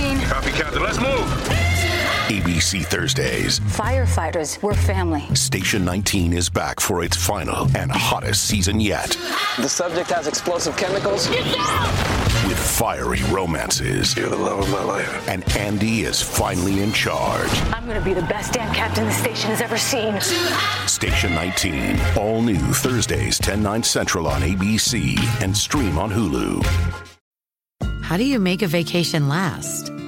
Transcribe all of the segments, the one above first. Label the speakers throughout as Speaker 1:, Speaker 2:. Speaker 1: Captain. Let's move.
Speaker 2: ABC Thursdays.
Speaker 3: Firefighters, we're family.
Speaker 2: Station 19 is back for its final and hottest season yet
Speaker 4: The subject has explosive chemicals.
Speaker 2: with fiery romances.
Speaker 1: You're the love of my life.
Speaker 2: And Andy is finally in charge.
Speaker 3: I'm gonna be the best damn captain the station has ever seen.
Speaker 2: Station 19, all new Thursdays, 10 9 Central on ABC and stream on Hulu.
Speaker 5: How do you make a vacation last?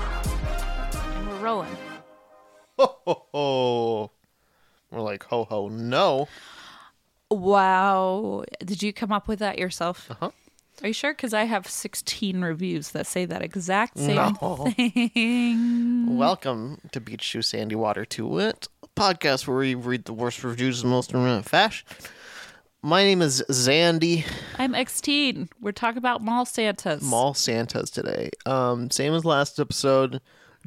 Speaker 6: and we're rolling.
Speaker 7: Ho ho ho. Oh. We're like, ho ho, no.
Speaker 6: Wow. Did you come up with that yourself? Uh-huh. Are you sure? Because I have 16 reviews that say that exact same
Speaker 7: No.
Speaker 6: thing.
Speaker 7: Welcome to Beach Shoe Sandy Water to It, a podcast where we read the worst reviews in the most irrelevant fashion. My name is Zandy
Speaker 6: I'm X-Teen. We're talking about mall Santas.
Speaker 7: Mall Santas today. Um, same as last episode,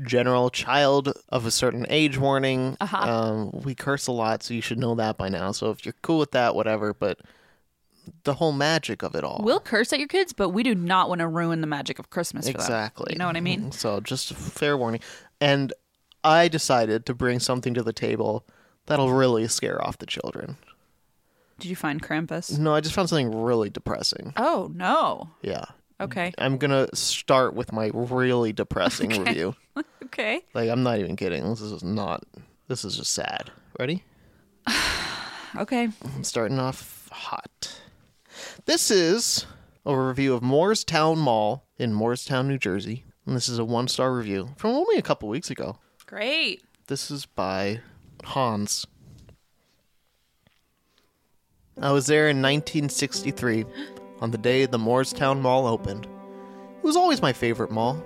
Speaker 7: general child of a certain age warning. Uh-huh. Um, we curse a lot, so you should know that by now. So if you're cool with that, whatever, but the whole magic of it all.
Speaker 6: We'll curse at your kids, but we do not want to ruin the magic of Christmas for them.
Speaker 7: Exactly.
Speaker 6: You know what I mean?
Speaker 7: So just a fair warning. And I decided to bring something to the table that'll really scare off the children. Mm-hmm.
Speaker 6: Did you find Krampus?
Speaker 7: No, I just found something really depressing.
Speaker 6: Oh, no.
Speaker 7: Yeah.
Speaker 6: Okay.
Speaker 7: I'm going to start with my really depressing review.
Speaker 6: Okay.
Speaker 7: Like I'm not even kidding. This is not this is just sad. Ready?
Speaker 6: Okay.
Speaker 7: I'm starting off hot. This is a review of Moorestown Mall in Moorestown, New Jersey. And this is a one-star review from only a couple weeks ago.
Speaker 6: Great.
Speaker 7: This is by Hans. I was there in 1963 on the day the Moorestown Mall opened. It was always my favorite mall.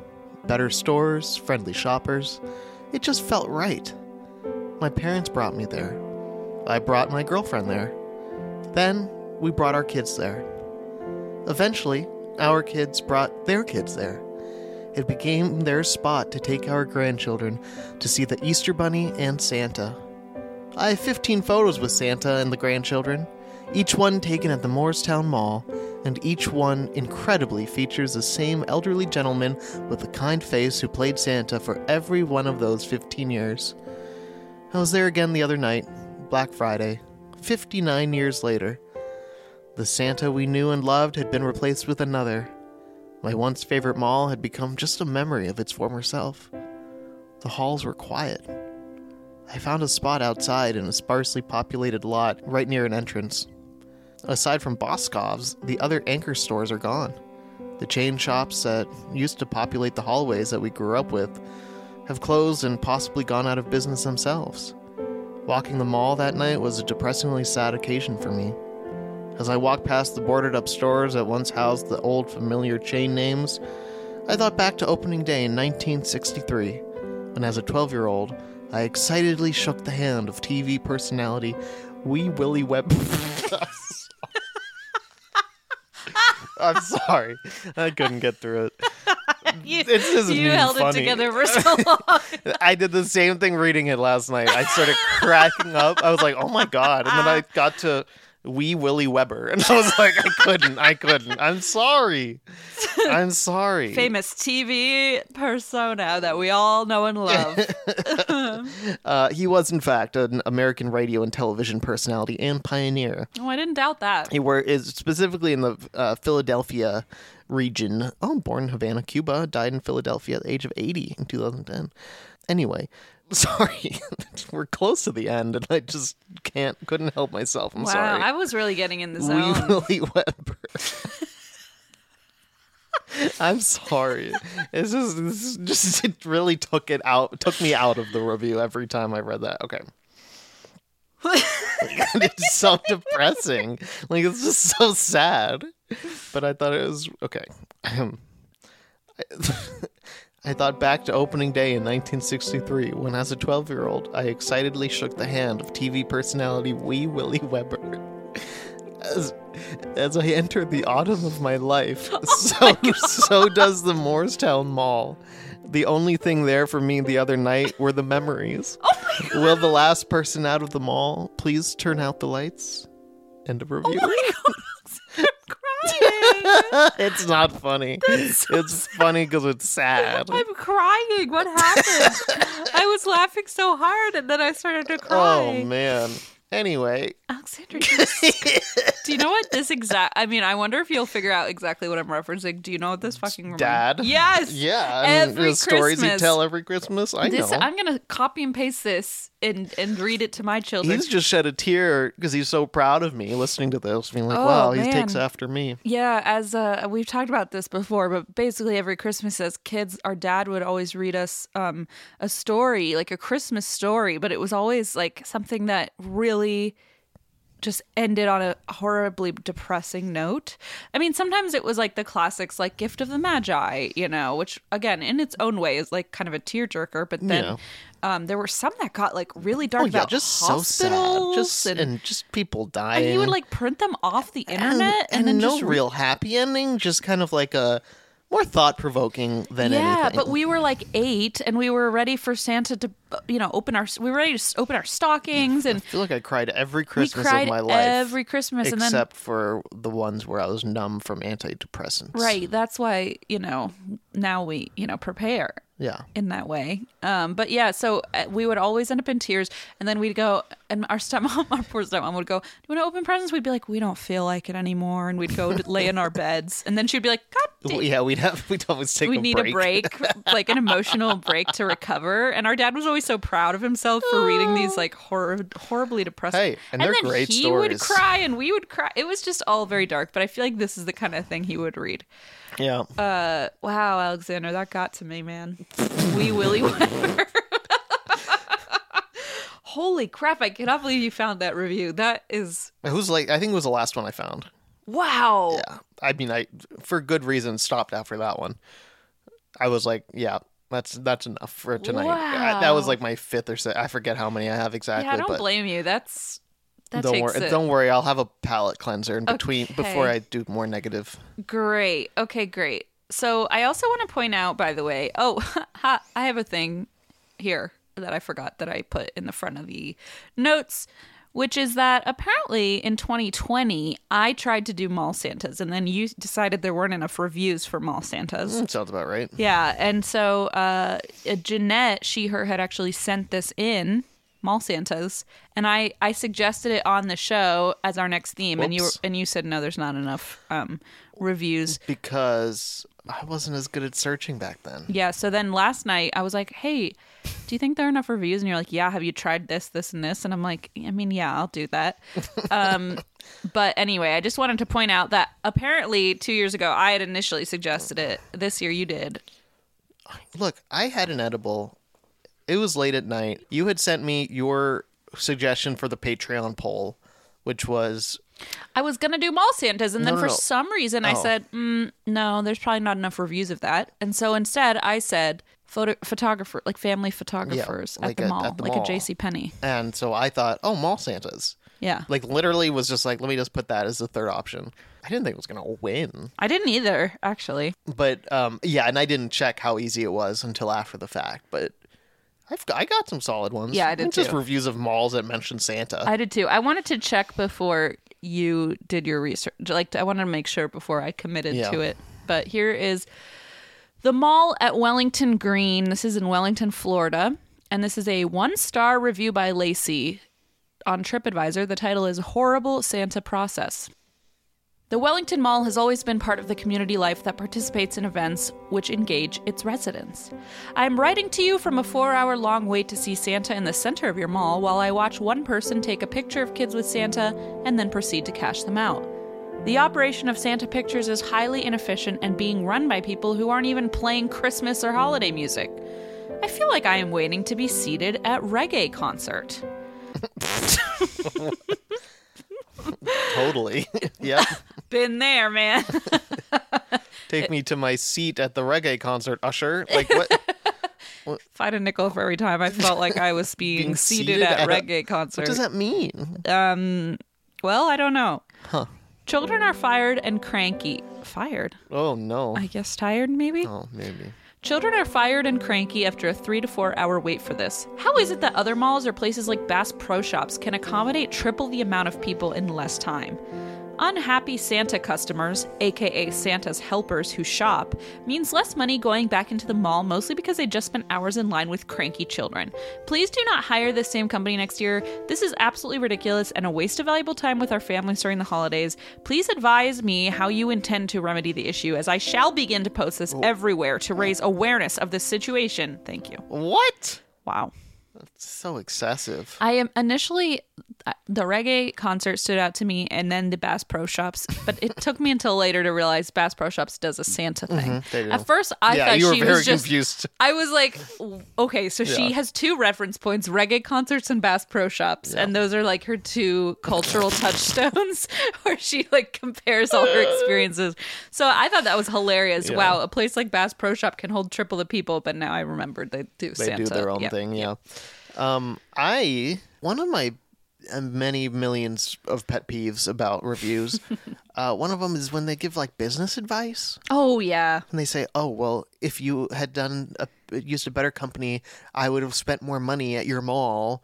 Speaker 7: Better stores, friendly shoppers. It just felt right. My parents brought me there. I brought my girlfriend there. Then we brought our kids there. Eventually, our kids brought their kids there. It became their spot to take our grandchildren to see the Easter Bunny and Santa. I have 15 photos with Santa and the grandchildren, each one taken at the Moorestown Mall, and each one incredibly features the same elderly gentleman with a kind face who played Santa for every one of those 15 years. I was there again the other night, Black Friday, 59 years later. The Santa we knew and loved had been replaced with another. My once favorite mall had become just a memory of its former self. The halls were quiet. I found a spot outside in a sparsely populated lot right near an entrance. Aside from Boscov's, the other anchor stores are gone. The chain shops that used to populate the hallways that we grew up with have closed and possibly gone out of business themselves. Walking the mall that night was a depressingly sad occasion for me. As I walked past the boarded up stores that once housed the old familiar chain names, I thought back to opening day in 1963, when as a 12 year old, I excitedly shook the hand of TV personality Wee Willie Web. I'm sorry. I couldn't get through it.
Speaker 6: You,
Speaker 7: This isn't
Speaker 6: you
Speaker 7: even
Speaker 6: held
Speaker 7: funny.
Speaker 6: it together for so long.
Speaker 7: I did the same thing reading it last night. I started cracking up. I was like, "Oh my god!" And then I got to Wee Willie Weber. And I was like, I couldn't. I couldn't. I'm sorry. I'm sorry.
Speaker 6: Famous TV persona that we all know and love.
Speaker 7: Uh, he was, in fact, an American radio and television personality and pioneer.
Speaker 6: oh, I didn't doubt that.
Speaker 7: He were is specifically in the uh, Philadelphia region. Oh, born in Havana, Cuba, died in Philadelphia at the age of 80 in 2010. Anyway, sorry, we're close to the end, and I just can't couldn't help myself. I'm
Speaker 6: wow,
Speaker 7: sorry.
Speaker 6: I was really getting in the
Speaker 7: Wee
Speaker 6: zone.
Speaker 7: Willie Weber. I'm sorry. It's just, this is just it really took it out took me out of the review every time I read that. Okay. it's so depressing. Like it's just so sad. But I thought it was okay. Um, I, I thought back to opening day in 1963 when, as a 12 year old, I excitedly shook the hand of TV personality Wee Willie Weber. As, as I entered the autumn of Oh my life, so, so does the Moorestown Mall. The only thing there for me the other night were the memories. Will the last person out of the mall please turn out the lights? End of review.
Speaker 6: crying.
Speaker 7: it's not funny. it's funny because it's sad.
Speaker 6: I'm crying. What happened? I was laughing so hard and then I started to cry.
Speaker 7: Oh man. Anyway,
Speaker 6: Alexander, Dusk. do you know what this exact? I mean, I wonder if you'll figure out exactly what I'm referencing. Do you know what this fucking reminds-
Speaker 7: Dad.
Speaker 6: Yes.
Speaker 7: yeah, I mean,
Speaker 6: Every
Speaker 7: the stories you
Speaker 6: Christmas.
Speaker 7: tell every Christmas. I
Speaker 6: This
Speaker 7: know.
Speaker 6: I'm gonna copy and paste this and and read it to my children.
Speaker 7: He's just shed a tear because he's so proud of me listening to this, being like,
Speaker 6: Oh,
Speaker 7: "Wow, he
Speaker 6: man.
Speaker 7: takes after me."
Speaker 6: Yeah, as uh, we've talked about this before, but basically every Christmas as kids, our dad would always read us um, a story, like a Christmas story, but it was always like something that really just ended on a horribly depressing note. I mean, sometimes it was like the classics, like Gift of the Magi, you know, which again, in its own way, is like kind of a tearjerker. But then
Speaker 7: Yeah.
Speaker 6: um, there were some that got like really dark
Speaker 7: Oh yeah,
Speaker 6: about
Speaker 7: just so sad.
Speaker 6: hospitals
Speaker 7: Just and,
Speaker 6: and,
Speaker 7: just people dying.
Speaker 6: and he would like print them off the
Speaker 7: and,
Speaker 6: internet and,
Speaker 7: and
Speaker 6: then
Speaker 7: no
Speaker 6: just
Speaker 7: real happy ending. Just kind of like a more thought provoking than
Speaker 6: yeah,
Speaker 7: anything.
Speaker 6: but we were like eight, and we were ready for Santa to, you know, open our. We were ready to s- open our stockings, and
Speaker 7: I feel like I cried every
Speaker 6: we
Speaker 7: Christmas
Speaker 6: cried
Speaker 7: of my life.
Speaker 6: every Christmas,
Speaker 7: except
Speaker 6: and then
Speaker 7: for the ones where I was numb from antidepressants.
Speaker 6: right. That's why you know now we you know prepare
Speaker 7: Yeah.
Speaker 6: in that way. Um, but yeah, so uh, we would always end up in tears, and then we'd go, and our stepmom, our poor stepmom, would go, "Do you want to open presents?" We'd be like, "We don't feel like it anymore," and we'd go to lay in our beds, and then she'd be like, "God."
Speaker 7: Well,
Speaker 6: damn
Speaker 7: yeah, we'd have we'd always take
Speaker 6: we
Speaker 7: a
Speaker 6: need
Speaker 7: break.
Speaker 6: a break, like an emotional break to recover. And our dad was always so proud of himself for reading these like horror, horribly depressing.
Speaker 7: Hey, and they're
Speaker 6: then
Speaker 7: great
Speaker 6: he would
Speaker 7: stories.
Speaker 6: cry and we would cry. It was just all very dark. But I feel like this is the kind of thing he would read.
Speaker 7: Yeah.
Speaker 6: Wow, Alexander, that got to me, man. Wee Willie Weber. Holy crap! I cannot believe you found that review. That is
Speaker 7: Who's like I think it was the last one I found.
Speaker 6: wow.
Speaker 7: Yeah. I mean I for good reason stopped after that one. I was like, yeah, that's that's enough for tonight. I- that was
Speaker 6: Wow.
Speaker 7: like my fifth or sixth. I forget how many I have exactly,
Speaker 6: Yeah, I don't
Speaker 7: but
Speaker 6: blame you. That's that
Speaker 7: don't
Speaker 6: takes
Speaker 7: worry.
Speaker 6: it.
Speaker 7: Don't worry, I'll have a palate cleanser in between before
Speaker 6: Okay.
Speaker 7: I do more negative.
Speaker 6: Great. Okay, great. So I also want to point out, by the way, oh, ha, I have a thing here that I forgot that I put in the front of the notes, which is that apparently in 2020, I tried to do mall Santas and then you decided there weren't enough reviews for mall Santas.
Speaker 7: Sounds about right.
Speaker 6: Yeah. And so uh, uh, Jeanette, she, her had actually sent this in. Mall Santas, and I I suggested it on the show as our next theme, and you were,
Speaker 7: Whoops.
Speaker 6: and you said no, there's not enough um, reviews.
Speaker 7: Because I wasn't as good at searching back then.
Speaker 6: Yeah. So then last night I was like, hey, do you think there are enough reviews? And you're like, yeah, have you tried this, this, and this? And I'm like, I mean, yeah, I'll do that. Um, but anyway, I just wanted to point out that apparently two years ago I had initially suggested it. This year you did.
Speaker 7: Look, I had an edible. It was late at night. You had sent me your suggestion for the Patreon poll, which was
Speaker 6: I was going to do mall Santas. And then
Speaker 7: No,
Speaker 6: for
Speaker 7: no, no.
Speaker 6: some reason I
Speaker 7: Oh.
Speaker 6: said, mm, no, there's probably not enough reviews of that. And so instead I said, Photo- photographer like family photographers
Speaker 7: like
Speaker 6: at, the
Speaker 7: a-
Speaker 6: mall,
Speaker 7: at the
Speaker 6: like
Speaker 7: mall.
Speaker 6: a jc penney
Speaker 7: and so I thought, oh, mall Santas.
Speaker 6: yeah
Speaker 7: Like literally was just like, let me just put that as the third option. I didn't think it was gonna win,
Speaker 6: i didn't either actually
Speaker 7: but um, yeah, and I didn't check how easy it was until after the fact. But I've got, I got some solid ones.
Speaker 6: Yeah, I did
Speaker 7: Just
Speaker 6: too.
Speaker 7: reviews of malls that mention Santa.
Speaker 6: I did too. I wanted to check before you did your research. Like I wanted to make sure before I committed
Speaker 7: Yeah.
Speaker 6: to it. But here is the mall at Wellington Green. This is in Wellington, Florida, and this is a one-star review by Lacey on TripAdvisor. The title is Horrible Santa Process. The Wellington Mall has always been part of the community life that participates in events which engage its residents. I am writing to you from a four hour long wait to see Santa in the center of your mall while I watch one person take a picture of kids with Santa and then proceed to cash them out. The operation of Santa Pictures is highly inefficient and being run by people who aren't even playing Christmas or holiday music. I feel like I am waiting to be seated at reggae concert.
Speaker 7: Totally. yep.
Speaker 6: Been there, man.
Speaker 7: Take me to my seat at the reggae concert, Usher. Like what?
Speaker 6: Find a nickel for every time I felt like I was being, seated, at,
Speaker 7: a-
Speaker 6: reggae concert.
Speaker 7: What does that mean?
Speaker 6: Well, I don't know. Huh. Children are fired and cranky. Fired?
Speaker 7: Oh no.
Speaker 6: I guess tired, maybe?
Speaker 7: Oh, maybe.
Speaker 6: Children are fired and cranky after a three to four hour wait for this. How is it that other malls or places like Bass Pro Shops can accommodate triple the amount of people in less time? Unhappy Santa customers, aka Santa's helpers who shop, means less money going back into the mall mostly because they just spent hours in line with cranky children. Please do not hire this same company next year. This is absolutely ridiculous and a waste of valuable time with our families during the holidays. Please advise me how you intend to remedy the issue as I shall begin to post this everywhere to raise awareness of this situation. Thank you.
Speaker 7: What?
Speaker 6: Wow.
Speaker 7: So excessive.
Speaker 6: I am initially uh, the reggae concert stood out to me, and then the Bass Pro Shops. But it took me until later to realize Bass Pro Shops does a Santa thing. At first, I
Speaker 7: Mm-hmm. Yeah,
Speaker 6: thought
Speaker 7: you were
Speaker 6: she
Speaker 7: very
Speaker 6: was just.
Speaker 7: confused.
Speaker 6: I was like, w- okay, so she has two reference points: reggae concerts and Bass Pro Shops, and those are like her two cultural touchstones, where she like compares all her experiences. So I thought that was hilarious. Wow, a place like Bass Pro Shop can hold triple the people, but now I remembered they do.
Speaker 7: they
Speaker 6: Santa.
Speaker 7: do their own
Speaker 6: Yeah.
Speaker 7: thing yeah, um i one of my uh, many millions of pet peeves about reviews uh, one of them is when they give like business advice
Speaker 6: Oh yeah.
Speaker 7: and they say oh well if you had done a, used a better company i would have spent more money at your mall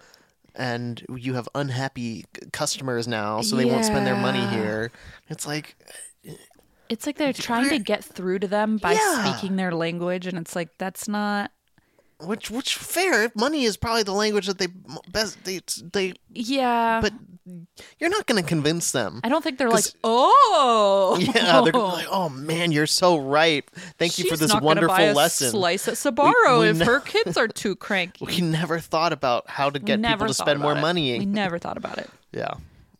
Speaker 7: and you have unhappy c- customers now so they won't spend their money
Speaker 6: Yeah.
Speaker 7: here it's like
Speaker 6: It's like they're trying to get through to them by
Speaker 7: Yeah.
Speaker 6: speaking their language, and it's like that's not.
Speaker 7: which which fair money is probably the language that they m- best they they
Speaker 6: Yeah,
Speaker 7: but you're not going to convince them
Speaker 6: I don't think they're like,
Speaker 7: 'Cause-
Speaker 6: oh,
Speaker 7: Yeah, they're gonna be like, "Oh man, you're so right. Thank you for
Speaker 6: she's
Speaker 7: this
Speaker 6: not gonna
Speaker 7: wonderful
Speaker 6: buy a
Speaker 7: lesson."
Speaker 6: Slice at Sabaro
Speaker 7: we
Speaker 6: if
Speaker 7: ne-
Speaker 6: her kids are too cranky.
Speaker 7: We never thought about how to
Speaker 6: We
Speaker 7: get people to
Speaker 6: thought
Speaker 7: spend more
Speaker 6: about it.
Speaker 7: money.
Speaker 6: We never thought about it.
Speaker 7: yeah,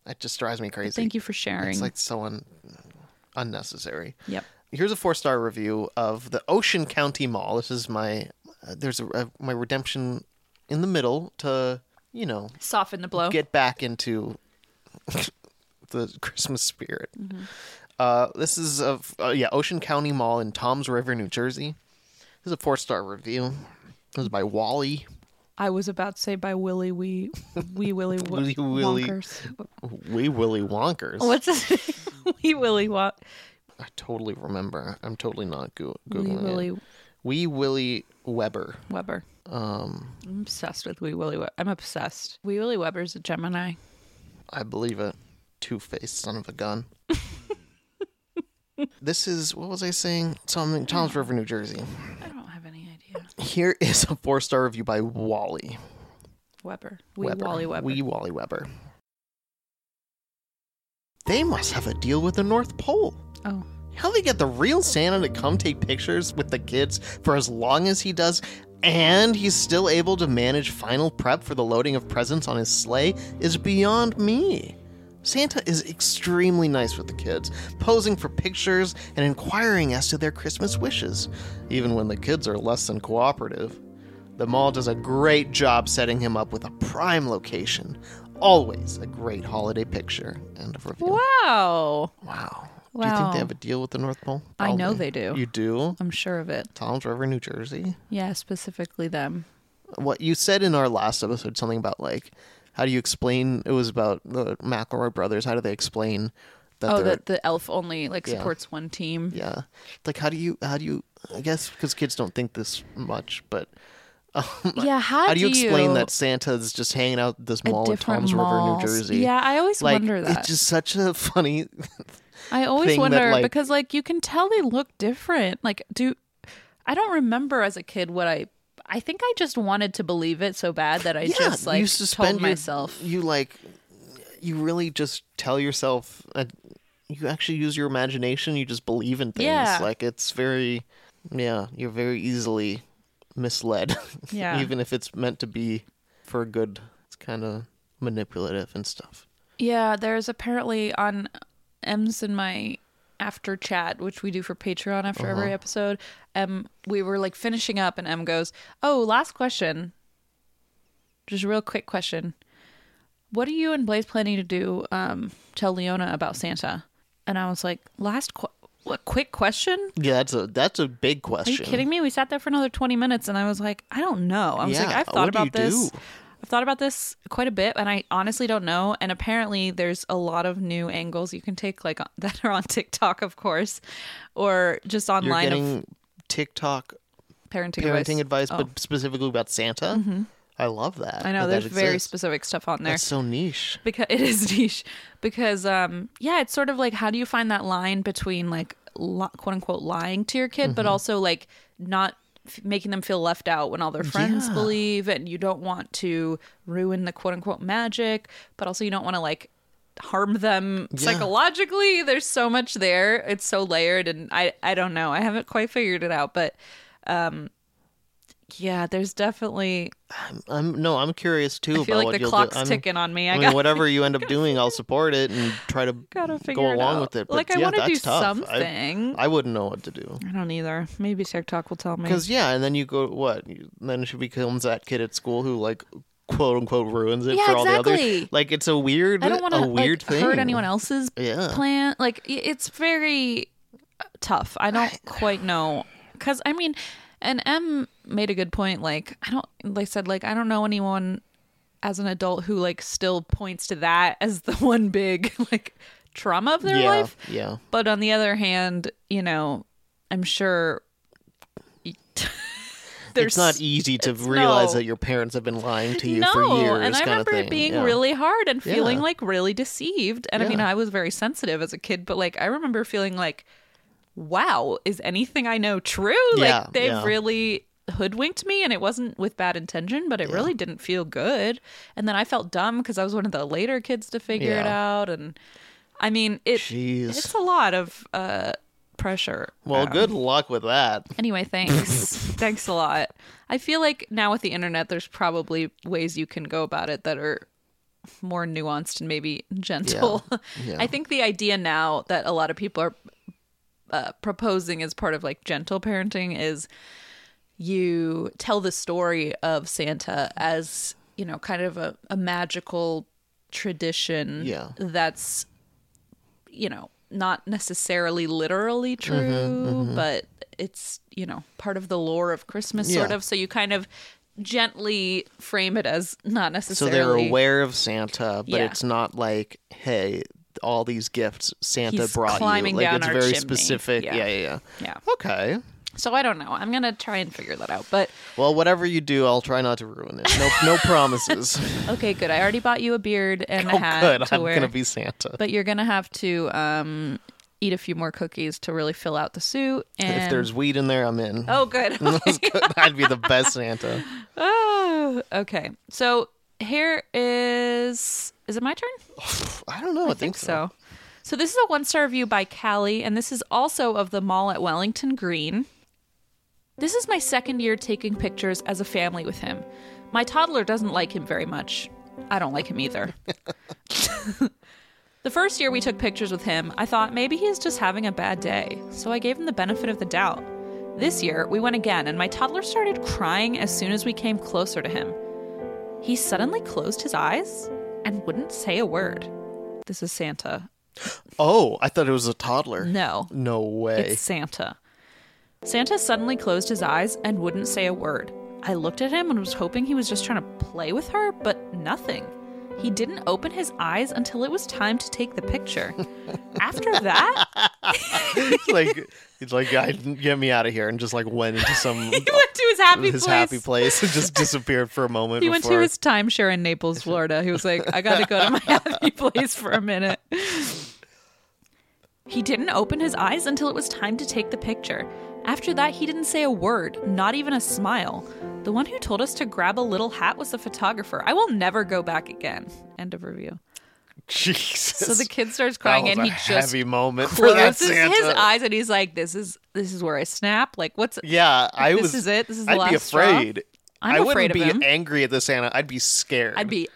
Speaker 7: that just drives me crazy.
Speaker 6: Thank you for sharing.
Speaker 7: It's like so un- unnecessary.
Speaker 6: yep.
Speaker 7: Here's a four star review of the Ocean County Mall. This is my uh, there's a, a, my redemption in the middle to you know
Speaker 6: Soften the blow.
Speaker 7: get back into the Christmas spirit.
Speaker 6: Mm-hmm.
Speaker 7: Uh, this is of uh, yeah Ocean County Mall in Toms River, New Jersey. This is a four star review. This is by Wally
Speaker 6: I was about to say by Willy Wee, Wee Willy Wo-
Speaker 7: Wee Willy.
Speaker 6: Wonkers.
Speaker 7: Wee Willy Wonkers.
Speaker 6: What's his name? Wee Willy Wonk.
Speaker 7: I totally remember. I'm totally not go-
Speaker 6: Wee
Speaker 7: googling
Speaker 6: Willy
Speaker 7: it. Wee Willy Weber.
Speaker 6: Weber. Um, I'm obsessed with Wee Willie. We- I'm obsessed. Wee Willie Weber's a Gemini.
Speaker 7: I believe it. Two faced son of a gun. this is what was I saying? Something Toms River, New Jersey.
Speaker 6: I don't have any idea.
Speaker 7: Here is a four star review by Wally.
Speaker 6: Weber. Wee Wally Weber.
Speaker 7: Wee Wally Weber. They must have a deal with the North Pole.
Speaker 6: oh,
Speaker 7: How they get the real Santa to come take pictures with the kids for as long as he does, and he's still able to manage final prep for the loading of presents on his sleigh is beyond me. Santa is extremely nice with the kids, posing for pictures and inquiring as to their Christmas wishes, even when the kids are less than cooperative. The mall does a great job setting him up with a prime location. Always a great holiday picture. End of review.
Speaker 6: wow.
Speaker 7: Wow. Do you think
Speaker 6: Wow.
Speaker 7: they have a deal with the North Pole?
Speaker 6: I know
Speaker 7: Probably.
Speaker 6: they do. Um,
Speaker 7: You do?
Speaker 6: I'm sure of it.
Speaker 7: Tom's River, New Jersey.
Speaker 6: Yeah, specifically them.
Speaker 7: What you said in our last episode, something about like, how do you explain? It was about the McElroy brothers. How do they explain that?
Speaker 6: oh,
Speaker 7: they're,
Speaker 6: that the elf only like supports one team.
Speaker 7: yeah. Like, how do you? How do you? I guess because kids don't think this much, but
Speaker 6: yeah, how,
Speaker 7: How do you explain that Santa's just hanging out at this
Speaker 6: at
Speaker 7: mall in
Speaker 6: different
Speaker 7: Tom's
Speaker 6: malls?
Speaker 7: River, New Jersey?
Speaker 6: Yeah, I always
Speaker 7: like,
Speaker 6: wonder that.
Speaker 7: It's just such a funny.
Speaker 6: I always
Speaker 7: thing that,
Speaker 6: wonder
Speaker 7: like-
Speaker 6: because like you can tell they look different. Like do I don't remember as a kid what I I think I just wanted to believe it so bad that I
Speaker 7: yeah,
Speaker 6: just like
Speaker 7: you
Speaker 6: told
Speaker 7: suspend your-
Speaker 6: myself.
Speaker 7: You like, you really just tell yourself. Uh, you actually use your imagination. You just believe in things.
Speaker 6: Yeah.
Speaker 7: Like it's very, yeah. You're very easily misled.
Speaker 6: Yeah.
Speaker 7: Even if it's meant to be for good, it's kind of manipulative and stuff.
Speaker 6: Yeah, there's apparently on M's in my after chat, which we do for Patreon after every episode. Um, we were like finishing up, and M goes, "Oh, last question. Just a real quick question. What are you and Blaze planning to do? Um, tell Leona about Santa." And I was like, "Last qu- what? Quick question?
Speaker 7: Yeah, that's a that's a big
Speaker 6: Are you
Speaker 7: question.
Speaker 6: kidding me? We sat there for another 20 minutes and I was like, I don't know. I was like,
Speaker 7: Yeah,
Speaker 6: I've thought
Speaker 7: what do you
Speaker 6: about this.
Speaker 7: do?
Speaker 6: I've thought about this quite a bit and I honestly don't know. And apparently there's a lot of new angles you can take like that are on TikTok, of course, or just
Speaker 7: You're
Speaker 6: online
Speaker 7: getting
Speaker 6: of
Speaker 7: TikTok
Speaker 6: parenting,
Speaker 7: parenting
Speaker 6: advice.
Speaker 7: advice,
Speaker 6: Oh, Mm-hmm.
Speaker 7: but specifically about Santa. I love that.
Speaker 6: I know
Speaker 7: that
Speaker 6: there's
Speaker 7: that
Speaker 6: very
Speaker 7: exists.
Speaker 6: specific stuff on there.
Speaker 7: That's so niche.
Speaker 6: because it is niche because um yeah it's sort of like how do you find that line between like li- quote unquote lying to your kid but also like not f- making them feel left out when all their friends believe and you don't want to ruin the quote unquote magic but also you don't want to like harm them psychologically there's so much there it's so layered and i i don't know i haven't quite figured it out but um yeah there's definitely
Speaker 7: I'm no, I'm curious too.
Speaker 6: i feel
Speaker 7: about
Speaker 6: like
Speaker 7: what
Speaker 6: the
Speaker 7: you'll
Speaker 6: clock's
Speaker 7: do. I'm-
Speaker 6: ticking on me
Speaker 7: I,
Speaker 6: i,
Speaker 7: mean,
Speaker 6: got
Speaker 7: whatever you end up doing, I'll support it and try to
Speaker 6: Gotta
Speaker 7: go
Speaker 6: figure it
Speaker 7: along
Speaker 6: out.
Speaker 7: with it. But
Speaker 6: Like, I
Speaker 7: yeah,
Speaker 6: wanna do
Speaker 7: that's tough. I-
Speaker 6: something.
Speaker 7: I, wouldn't know what to do
Speaker 6: I don't either. Maybe TikTok will tell me.
Speaker 7: because yeah, and then you go what? You- Then she becomes that kid at school who like quote unquote ruins it
Speaker 6: Yeah,
Speaker 7: for all the
Speaker 6: exactly.
Speaker 7: others. Like it's a weird,
Speaker 6: I don't want to
Speaker 7: a weird
Speaker 6: like,
Speaker 7: thing.
Speaker 6: hurt anyone else's
Speaker 7: Yeah.
Speaker 6: plan. Like i- it's very uh, tough. I don't quite know because I mean, and M made a good point. Like I don't. They said like I don't know anyone as an adult who like still points to that as the one big like trauma of their
Speaker 7: Yeah,
Speaker 6: life.
Speaker 7: yeah.
Speaker 6: But on the other hand, you know, I'm sure.
Speaker 7: It's not easy to realize that your parents have been lying to you
Speaker 6: no,
Speaker 7: for years.
Speaker 6: and I
Speaker 7: kinda
Speaker 6: remember it
Speaker 7: thing.
Speaker 6: being
Speaker 7: Yeah.
Speaker 6: really hard and feeling
Speaker 7: Yeah.
Speaker 6: like really deceived. And I mean,
Speaker 7: Yeah.
Speaker 6: I was very sensitive as a kid, but like I remember feeling like, "Wow, is anything I know true?
Speaker 7: Yeah,
Speaker 6: like they've
Speaker 7: yeah.
Speaker 6: really hoodwinked me, and it wasn't with bad intention, but it really didn't feel good." And then I felt dumb because I was one of the later kids to figure it
Speaker 7: Yeah.
Speaker 6: out. And I mean, it
Speaker 7: Jeez.
Speaker 6: it's a lot of uh, pressure.
Speaker 7: well.
Speaker 6: Um,
Speaker 7: Good luck with that.
Speaker 6: Anyway, thanks. thanks a lot. I feel like now with the internet, there's probably ways you can go about it that are more nuanced and maybe gentle.
Speaker 7: Yeah.
Speaker 6: I think the idea now that a lot of people are uh, proposing as part of like gentle parenting is you tell the story of Santa as, you know, kind of a, a magical tradition
Speaker 7: Yeah.
Speaker 6: that's you know not necessarily literally
Speaker 7: Mm-hmm,
Speaker 6: true but it's you know part of the lore of christmas sort
Speaker 7: Yeah.
Speaker 6: of so you kind of gently frame it as not
Speaker 7: So
Speaker 6: necessarily
Speaker 7: they're aware of Santa, but
Speaker 6: Yeah.
Speaker 7: it's not like, hey, all these gifts Santa
Speaker 6: He's
Speaker 7: brought
Speaker 6: climbing
Speaker 7: you. Like
Speaker 6: down
Speaker 7: it's
Speaker 6: our
Speaker 7: very
Speaker 6: chimney.
Speaker 7: specific.
Speaker 6: Yeah.
Speaker 7: Yeah. yeah, yeah,
Speaker 6: yeah
Speaker 7: Okay.
Speaker 6: so i don't know i'm gonna try and figure that out but
Speaker 7: Well, whatever you do, I'll try not to ruin it. No, no promises.
Speaker 6: okay good i already bought you a beard and a
Speaker 7: oh,
Speaker 6: hat
Speaker 7: good.
Speaker 6: to
Speaker 7: I'm
Speaker 6: wear
Speaker 7: gonna be Santa.
Speaker 6: but you're gonna have to um eat a few more cookies to really fill out the suit and
Speaker 7: If there's Mm. weed in there, I'm in.
Speaker 6: um, oh good
Speaker 7: I'd be the best Santa.
Speaker 6: oh okay so here is is it my turn
Speaker 7: I don't know. I, think, so.
Speaker 6: so. So this is a one star review by Callie, and this is also of the mall at Wellington Green. This is my second year taking pictures as a family with him. My toddler doesn't like him very much. I don't like him either. the first year we took pictures with him, I thought maybe he's just having a bad day, so I gave him the benefit of the doubt. This year, we went again, and my toddler started crying as soon as we came closer to him. He suddenly closed his eyes and wouldn't say a word. This is Santa.
Speaker 7: Oh, I thought it was a toddler.
Speaker 6: No,
Speaker 7: No way.
Speaker 6: it's Santa. Santa suddenly closed his eyes and wouldn't say a word. I looked at him and was hoping he was just trying to play with her, but nothing. he didn't open his eyes until it was time to take the picture. After that,
Speaker 7: like he's like, "Guy, get me out of here," and just like went into some
Speaker 6: he went to his happy
Speaker 7: his
Speaker 6: place.
Speaker 7: happy place and just disappeared for a moment.
Speaker 6: He went
Speaker 7: before.
Speaker 6: to his timeshare in Naples, Florida. He was like, I gotta go to my happy place for a minute. He didn't open his eyes until it was time to take the picture. After that, he didn't say a word, not even a smile. The one who told us to grab a little hat was the photographer. I will never go back again. End of review.
Speaker 7: Jesus.
Speaker 6: So the kid starts crying
Speaker 7: that was
Speaker 6: and he
Speaker 7: a
Speaker 6: just
Speaker 7: heavy moment for that
Speaker 6: closes
Speaker 7: Santa.
Speaker 6: his eyes and he's like, "This is this is where I snap." Like, what's
Speaker 7: Yeah, I
Speaker 6: This
Speaker 7: was.
Speaker 6: is it? This is the
Speaker 7: I'd be
Speaker 6: last straw?
Speaker 7: afraid.
Speaker 6: I'm
Speaker 7: I would not
Speaker 6: afraid of
Speaker 7: be
Speaker 6: him.
Speaker 7: angry at the Santa. I'd be scared.
Speaker 6: I'd be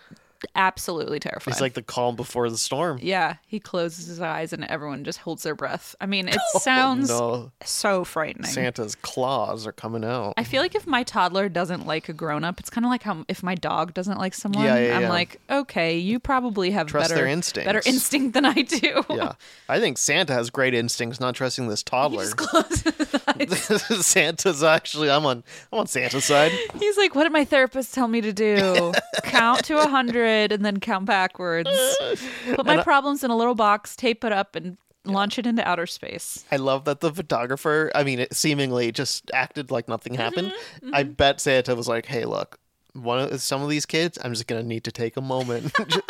Speaker 6: absolutely terrified.
Speaker 7: It's like the calm before the storm.
Speaker 6: Yeah, he closes his eyes and everyone just holds their breath. I mean, it sounds
Speaker 7: Oh, No,
Speaker 6: so frightening.
Speaker 7: Santa's claws are coming out.
Speaker 6: I feel like if my toddler doesn't like a grown up, it's kind of like how if my dog doesn't like someone,
Speaker 7: Yeah, yeah,
Speaker 6: I'm
Speaker 7: yeah.
Speaker 6: like, okay, you probably have
Speaker 7: Trust
Speaker 6: better
Speaker 7: their instincts.
Speaker 6: better instinct than I do.
Speaker 7: yeah, I think Santa has great instincts. Not trusting this
Speaker 6: he
Speaker 7: toddler.
Speaker 6: just closes his eyes.
Speaker 7: Santa's actually. I'm on. I'm on Santa's side.
Speaker 6: He's like, what did my therapist tell me to do? count to a hundred and then count backwards. Put my problems in a little box, tape it up, and launch it into outer space.
Speaker 7: I love that the photographer. I mean, it seemingly just acted like nothing
Speaker 6: Mm-hmm,
Speaker 7: happened. I bet Santa was like, "Hey, look." One of some of these kids, I'm just gonna need to take a moment. just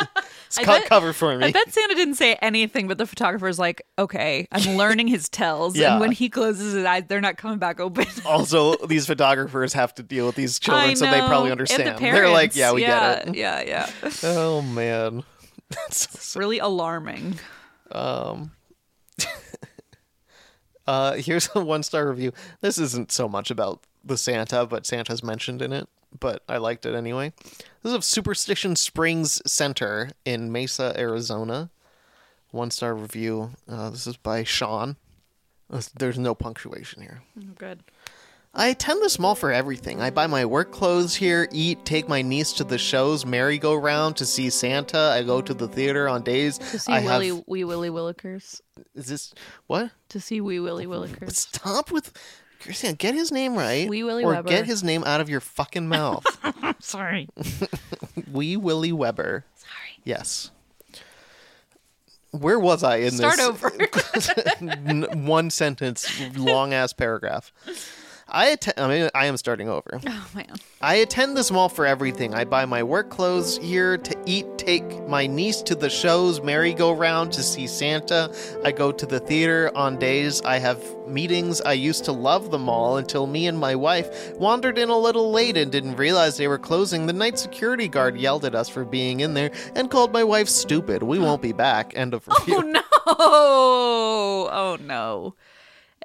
Speaker 6: I
Speaker 7: cut
Speaker 6: bet-
Speaker 7: cover for me.
Speaker 6: I bet Santa didn't say anything, but the photographer's like, okay, I'm learning his tells.
Speaker 7: Yeah.
Speaker 6: And when he closes his eyes, they're not coming back open.
Speaker 7: also these photographers have to deal with these children
Speaker 6: I
Speaker 7: so they
Speaker 6: know.
Speaker 7: probably
Speaker 6: And the
Speaker 7: understand they're like
Speaker 6: parents.
Speaker 7: yeah we
Speaker 6: yeah,
Speaker 7: get it
Speaker 6: Yeah, yeah. It's
Speaker 7: oh man That's so sad.
Speaker 6: really alarming.
Speaker 7: uh here's a one star review this isn't so much about the santa but santa's mentioned in it but i liked it anyway this is of superstition springs center in mesa arizona one star review uh, this is by sean This- there's no punctuation here
Speaker 6: Oh, Good.
Speaker 7: I attend this mall for everything. I buy my work clothes here, eat, take my niece to the shows, merry-go-round to see Santa. I go to the theater on days.
Speaker 6: To see
Speaker 7: I
Speaker 6: Willy
Speaker 7: have
Speaker 6: Wee Willy Willikers.
Speaker 7: is this what?
Speaker 6: To see Wee Willy Willikers.
Speaker 7: Stop with Christian. Get his name right,
Speaker 6: Wee Willie
Speaker 7: or
Speaker 6: Weber.
Speaker 7: get his name out of your fucking mouth.
Speaker 6: Sorry.
Speaker 7: Wee Willie Weber. Sorry. Yes. Where was I in
Speaker 6: Start
Speaker 7: this?
Speaker 6: over.
Speaker 7: n- one sentence, long ass paragraph. I att- I mean, I am starting over.
Speaker 6: Oh, man.
Speaker 7: I attend this mall for everything. I buy my work clothes here to eat, take my niece to the shows, merry-go-round to see Santa. I go to the theater on days I have meetings. I used to love the mall until me and my wife wandered in a little late and didn't realize they were closing. The night security guard yelled at us for being in there and called my wife stupid. We won't be back. End of review.
Speaker 6: Oh, no. Oh, no.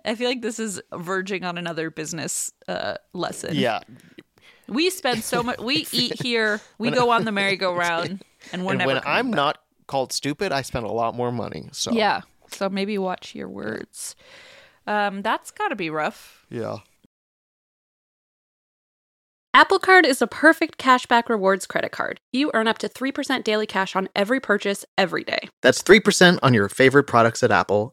Speaker 6: I feel like this is verging on another business uh, lesson.
Speaker 7: Yeah,
Speaker 6: We spend so much. We eat here. We go on the merry-go-round, and we're
Speaker 7: and
Speaker 6: never.
Speaker 7: when
Speaker 6: coming
Speaker 7: I'm
Speaker 6: back.
Speaker 7: not called stupid, I spend a lot more money. So
Speaker 6: Yeah. So maybe watch your words. Um, that's got to be rough.
Speaker 7: yeah.
Speaker 8: Apple Card is a perfect cashback rewards credit card. You earn up to 3% daily cash on every purchase every day.
Speaker 7: That's 3% on your favorite products at Apple,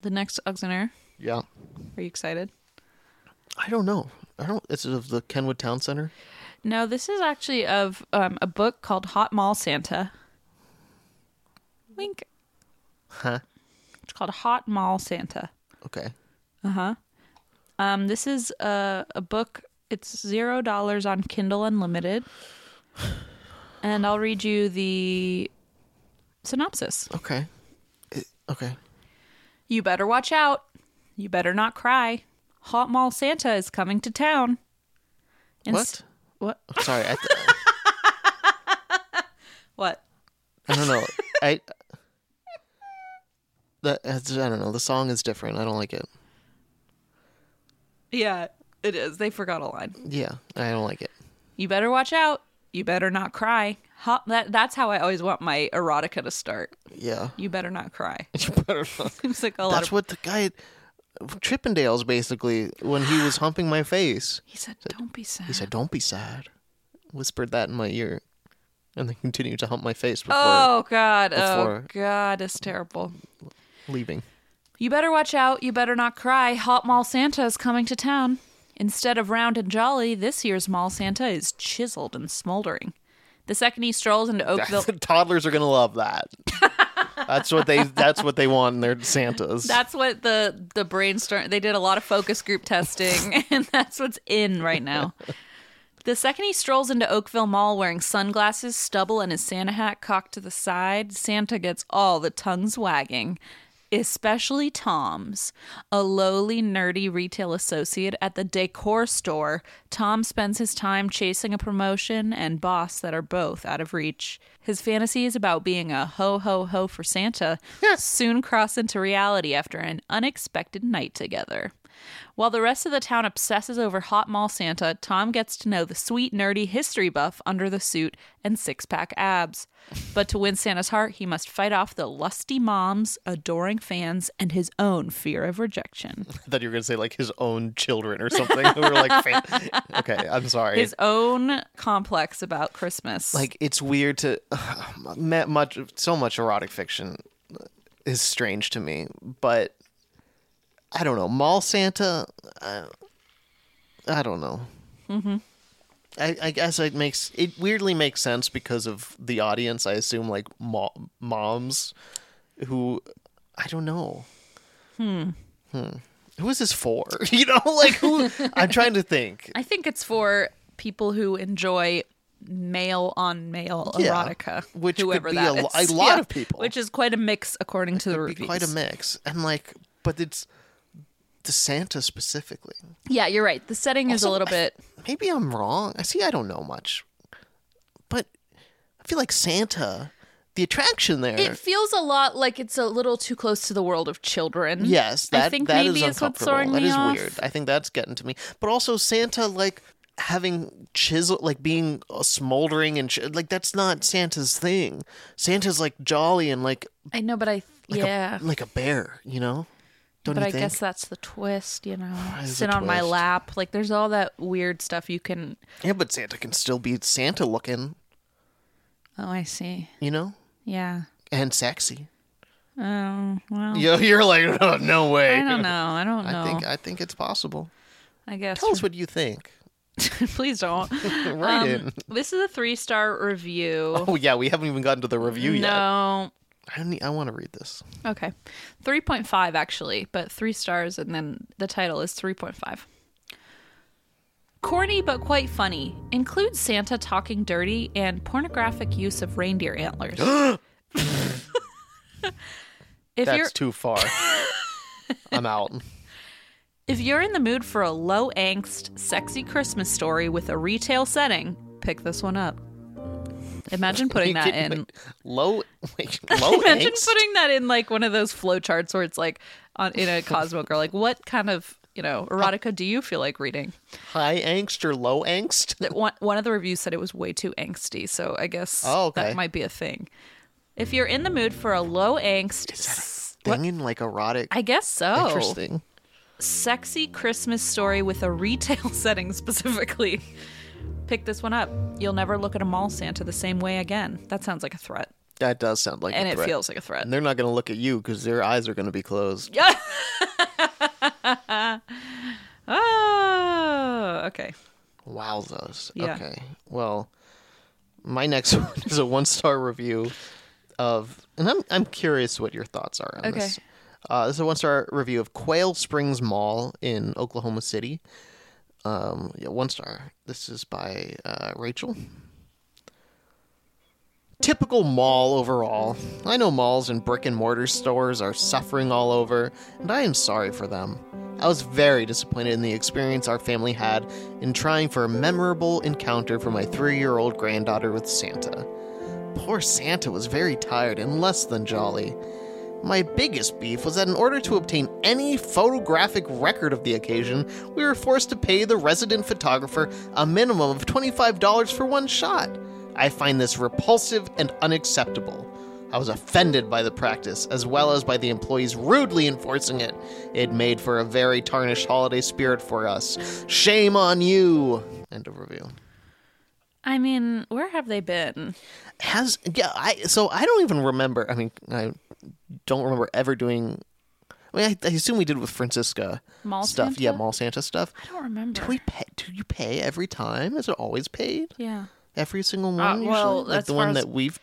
Speaker 6: The next auctioneer.
Speaker 7: Yeah.
Speaker 6: Are you excited?
Speaker 7: I don't know. I don't. Is it of the Kenwood Town Center?
Speaker 6: No, this is actually of um, a book called Hot Mall Santa. Wink.
Speaker 7: Huh.
Speaker 6: It's called Hot Mall Santa.
Speaker 7: Okay.
Speaker 6: Um, this is a, a book. It's zero dollars on Kindle Unlimited, and I'll read you the synopsis.
Speaker 7: Okay. It- okay.
Speaker 6: You better watch out. You better not cry. Hot Mall Santa is coming to town. And
Speaker 7: What?
Speaker 6: what?
Speaker 7: Sorry, I, th-
Speaker 6: What?
Speaker 7: I don't know. I that that's- I don't know. The song is different. I don't like it.
Speaker 6: Yeah, it is. They forgot a line.
Speaker 7: Yeah, I don't like it.
Speaker 6: You better watch out. You better not cry. Hot, that, that's how I always want my erotica to start.
Speaker 7: Yeah,
Speaker 6: You better not cry.
Speaker 7: you better not.
Speaker 6: Seems like a lot
Speaker 7: That's
Speaker 6: of.
Speaker 7: what the guy Trippendales basically when he was humping my face.
Speaker 6: he said, "Don't be sad."
Speaker 7: He said, "Don't be sad." Whispered that in my ear, and then continued to hump my face before
Speaker 6: "Oh God, oh
Speaker 7: before-
Speaker 6: God, it's terrible."
Speaker 7: leaving.
Speaker 6: You better watch out. You better not cry. Hot Mall Santa is coming to town. Instead of round and jolly, this year's Mall Santa is chiseled and smoldering. The second he strolls into Oakville,
Speaker 7: Toddlers are gonna love that. that's what they. That's what they want in their Santas.
Speaker 6: that's what the the brainstorm. They did a lot of focus group testing, and that's what's in right now. The second he strolls into Oakville Mall wearing sunglasses, stubble, and his Santa hat cocked to the side, Santa gets all the tongues wagging, especially Tom's. A lowly, nerdy retail associate at the decor store, Tom spends his time chasing a promotion and boss that are both out of reach. His fantasy is about being a ho ho ho for Santa, soon cross into reality after an unexpected night together. While the rest of the town obsesses over hot mall Santa, Tom gets to know the sweet, nerdy history buff under the suit and six pack abs. But to win Santa's heart, he must fight off the lusty moms, adoring fans, and his own fear of rejection.
Speaker 7: I thought you were gonna say like his own children or something. who were like, fan- okay, I'm sorry.
Speaker 6: His own complex about Christmas.
Speaker 7: like it's weird to ma- much so much erotic fiction is strange to me but i don't know mall santa uh, i don't know mm-hmm. I, I guess it makes it weirdly makes sense because of the audience i assume like mo- moms who i don't know hmm, hmm. who is this for you know like who i'm trying to think
Speaker 6: I think it's for people who enjoy male on male
Speaker 7: Yeah,
Speaker 6: erotica,
Speaker 7: which could
Speaker 6: whoever
Speaker 7: be
Speaker 6: that
Speaker 7: a lo-
Speaker 6: is.
Speaker 7: a lot of people.
Speaker 6: which is quite a mix according to the
Speaker 7: It'd be
Speaker 6: reviews.
Speaker 7: quite a mix. And like, but it's the Santa specifically.
Speaker 6: yeah, you're right. The setting is a
Speaker 7: Also,
Speaker 6: little
Speaker 7: I-
Speaker 6: bit.
Speaker 7: Maybe I'm wrong. I see. I don't know much, but I feel like Santa, the attraction there.
Speaker 6: It feels a lot like it's a little too close to the world of children.
Speaker 7: yes, that
Speaker 6: I think
Speaker 7: that
Speaker 6: maybe
Speaker 7: is
Speaker 6: it's what's
Speaker 7: uncomfortable.
Speaker 6: throwing
Speaker 7: That
Speaker 6: me
Speaker 7: is
Speaker 6: off.
Speaker 7: weird. I think that's getting to me. But also Santa, like having chisel, like being uh, smoldering and ch- like that's not Santa's thing. Santa's like jolly and like
Speaker 6: I know, but I
Speaker 7: like
Speaker 6: yeah,
Speaker 7: a, like a bear. You know. Don't
Speaker 6: but
Speaker 7: you
Speaker 6: I
Speaker 7: think?
Speaker 6: guess that's the twist. You know,
Speaker 7: is the
Speaker 6: sit on my
Speaker 7: twist?
Speaker 6: lap. Like there's all that weird stuff you can.
Speaker 7: Yeah, but Santa can still be Santa looking,
Speaker 6: Oh, I see.
Speaker 7: you know,
Speaker 6: Yeah.
Speaker 7: and sexy.
Speaker 6: Oh well.
Speaker 7: Yo, you're like, no, no way.
Speaker 6: I don't know. I don't know. Oh.
Speaker 7: I think I think it's possible.
Speaker 6: I guess.
Speaker 7: Tell us what you think.
Speaker 6: Please don't.
Speaker 7: Write in.
Speaker 6: this is a three star review.
Speaker 7: Oh yeah, we haven't even gotten to the review yet.
Speaker 6: no.
Speaker 7: I need, I want to read this.
Speaker 6: Okay. 3.5 actually, but 3 stars and then the title is 3.5. Corny but quite funny. Includes Santa talking dirty and pornographic use of reindeer antlers. if
Speaker 7: That's
Speaker 6: you're
Speaker 7: too far. I'm out.
Speaker 6: if you're in the mood for a low angst, sexy Christmas story with a retail setting, pick this one up. Imagine putting that
Speaker 7: Kidding
Speaker 6: in
Speaker 7: me. low, wait, low
Speaker 6: Imagine
Speaker 7: angst?
Speaker 6: putting that in like one of those flow charts where it's like on in a Cosmo girl, like what kind of you know erotica do you feel like reading?
Speaker 7: high angst or low angst?
Speaker 6: That one one of the reviews said it was way too angsty, so I guess
Speaker 7: Oh, okay.
Speaker 6: that might be a thing. If you're in the mood for a low angst, s- what-
Speaker 7: Thing in like erotic.
Speaker 6: I guess so.
Speaker 7: Interesting.
Speaker 6: Sexy Christmas story with a retail setting specifically. Pick this one up. You'll never look at a mall Santa the same way again. That sounds like a threat,
Speaker 7: That does sound like
Speaker 6: and
Speaker 7: a
Speaker 6: it
Speaker 7: threat.
Speaker 6: feels like a threat.
Speaker 7: And they're not going to look at you because their eyes are going to be closed.
Speaker 6: Oh, okay.
Speaker 7: Wowzers.
Speaker 6: Yeah.
Speaker 7: Okay. Well, my next one is a one star review of, and I'm I'm curious what your thoughts are on
Speaker 6: Okay.
Speaker 7: this. Uh, this is a one star review of Quail Springs Mall in Oklahoma City. Um, yeah, one star. This is by uh, Rachel. Typical mall overall. I know malls and brick and mortar stores are suffering all over, and I am sorry for them. I was very disappointed in the experience our family had in trying for a memorable encounter for my three year old granddaughter with Santa. Poor Santa was very tired and less than jolly. My biggest beef was that in order to obtain any photographic record of the occasion, we were forced to pay the resident photographer a minimum of $25 for one shot. I find this repulsive and unacceptable. I was offended by the practice, as well as by the employees rudely enforcing it. It made for a very tarnished holiday spirit for us. Shame on you! End of review.
Speaker 6: I mean, where have they been?
Speaker 7: Has yeah, I so I don't even remember. I mean, I don't remember ever doing. I mean, I, I assume we did with Francisca
Speaker 6: Mall
Speaker 7: stuff. Yeah,
Speaker 6: Santa?
Speaker 7: mall Santa stuff.
Speaker 6: I don't remember.
Speaker 7: Do we pay? Do you pay every time? Is it always paid?
Speaker 6: Yeah.
Speaker 7: Every single one. usually?
Speaker 6: Uh, well,
Speaker 7: like
Speaker 6: as
Speaker 7: the
Speaker 6: far
Speaker 7: one
Speaker 6: as-
Speaker 7: that we've.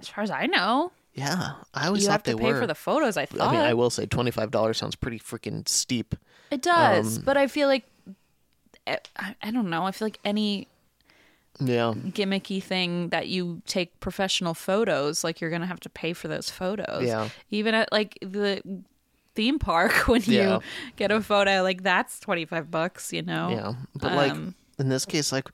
Speaker 6: As far as I know,
Speaker 7: Yeah, I always
Speaker 6: you
Speaker 7: thought
Speaker 6: have
Speaker 7: they
Speaker 6: to pay
Speaker 7: were.
Speaker 6: for the photos. I thought
Speaker 7: I mean, I will say twenty five dollars sounds pretty freaking steep.
Speaker 6: it does,
Speaker 7: um,
Speaker 6: but I feel like I, I I don't know. I feel like any
Speaker 7: Yeah.
Speaker 6: gimmicky thing that you take professional photos, like you're gonna have to pay for those photos.
Speaker 7: Yeah.
Speaker 6: Even at like the theme park when
Speaker 7: Yeah.
Speaker 6: you get a photo, like that's twenty five bucks, you know?
Speaker 7: Yeah, but like
Speaker 6: Um,
Speaker 7: in this case, like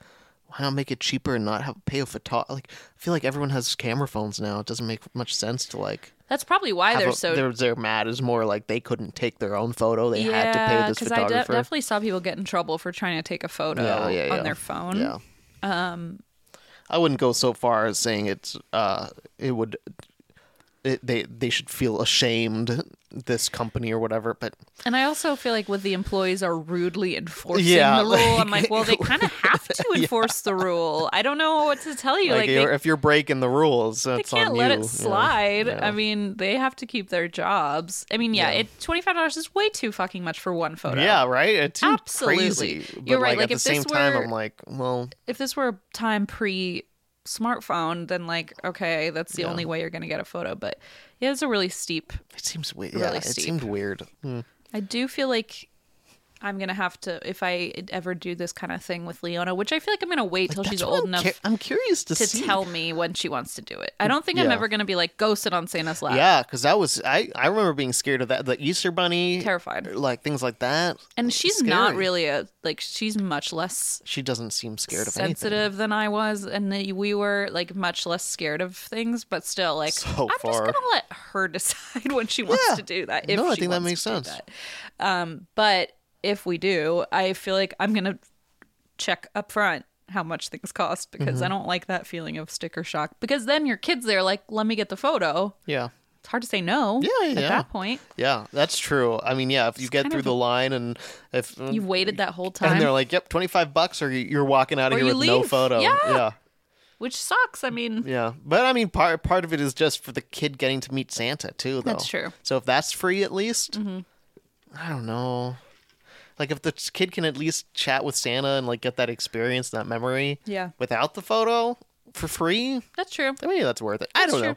Speaker 7: why not make it cheaper and not have pay a photo? Like I feel like everyone has camera phones now. It doesn't make much sense to like.
Speaker 6: that's probably why
Speaker 7: have
Speaker 6: they're
Speaker 7: a-
Speaker 6: so
Speaker 7: they're, they're mad is more like they couldn't take their own photo. They had to pay this
Speaker 6: because I de-
Speaker 7: photographer.
Speaker 6: definitely saw people get in trouble for trying to take a photo
Speaker 7: Yeah, yeah, yeah.
Speaker 6: on their phone.
Speaker 7: Yeah. Um, I wouldn't go so far as saying it's. Uh, it would. It, they they should feel ashamed. This company or whatever, but
Speaker 6: And I also feel like with the employees are rudely enforcing
Speaker 7: Yeah,
Speaker 6: the rule. I'm
Speaker 7: like-
Speaker 6: like, well, they kind of have to enforce the rule. I don't know what to tell you.
Speaker 7: like,
Speaker 6: Like,
Speaker 7: you're,
Speaker 6: they,
Speaker 7: if you're breaking the rules,
Speaker 6: they
Speaker 7: that's
Speaker 6: can't
Speaker 7: on
Speaker 6: let it
Speaker 7: you. Yeah,
Speaker 6: slide.
Speaker 7: yeah.
Speaker 6: I mean, they have to keep their jobs. I mean, yeah, it twenty five dollars is way too fucking much for one photo.
Speaker 7: Yeah, right. It's too
Speaker 6: Absolutely.
Speaker 7: crazy. But
Speaker 6: You're right,
Speaker 7: Like,
Speaker 6: like,
Speaker 7: at the
Speaker 6: if this
Speaker 7: same time,
Speaker 6: were-
Speaker 7: I'm like, well,
Speaker 6: If this were a time pre smartphone, then like, okay, that's the only way you're gonna get a photo. But yeah, it's a really steep
Speaker 7: it seems weird.
Speaker 6: Really
Speaker 7: yeah, it
Speaker 6: steep.
Speaker 7: seemed weird.
Speaker 6: I do feel like I'm gonna have to if I ever do this kind of thing with Leona, which I feel like I'm gonna wait till she's
Speaker 7: That's what
Speaker 6: old
Speaker 7: I'm
Speaker 6: enough
Speaker 7: cu- I'm curious to,
Speaker 6: to
Speaker 7: see.
Speaker 6: tell me when she wants to do it. I don't think I'm
Speaker 7: Yeah.
Speaker 6: ever gonna be like go sit on Santa's lap.
Speaker 7: Yeah, because that was I. I remember being scared of that, the Easter Bunny,
Speaker 6: Terrified.
Speaker 7: like things like that.
Speaker 6: And she's not
Speaker 7: Scary.
Speaker 6: really a like she's much less
Speaker 7: She doesn't seem scared of anything.
Speaker 6: sensitive than I was and the- we were like much less scared of things, but still like
Speaker 7: So
Speaker 6: I'm just
Speaker 7: far.
Speaker 6: gonna let her decide when she wants
Speaker 7: Yeah.
Speaker 6: to do that. If
Speaker 7: No, I
Speaker 6: she
Speaker 7: think that
Speaker 6: wants
Speaker 7: makes
Speaker 6: to do
Speaker 7: sense.
Speaker 6: that. Um but if we do, I feel like I'm gonna check up front how much things cost because
Speaker 7: Mm-hmm.
Speaker 6: I don't like that feeling of sticker shock. Because then your kids there like, let me get the photo.
Speaker 7: Yeah,
Speaker 6: It's hard to say no
Speaker 7: Yeah, yeah,
Speaker 6: at
Speaker 7: yeah.
Speaker 6: that point.
Speaker 7: yeah, that's true. I mean, yeah, if you get
Speaker 6: kind
Speaker 7: through
Speaker 6: of-
Speaker 7: the line and if
Speaker 6: You've waited that whole time.
Speaker 7: and they're like, "Yep, twenty five bucks," or you- you're walking out of
Speaker 6: Or
Speaker 7: here
Speaker 6: you
Speaker 7: with no
Speaker 6: leave.
Speaker 7: photo.
Speaker 6: Yeah.
Speaker 7: yeah,
Speaker 6: which sucks. I mean
Speaker 7: Yeah, but I mean, part part of it is just for the kid getting to meet Santa too. Though.
Speaker 6: That's true. Mm-hmm.
Speaker 7: So if that's free, at least I don't know. Like if the kid can at least chat with Santa and like get that experience, that memory.
Speaker 6: Yeah.
Speaker 7: Without the photo for free,
Speaker 6: that's true.
Speaker 7: I mean that's worth it. I
Speaker 6: That's
Speaker 7: don't
Speaker 6: true.
Speaker 7: know.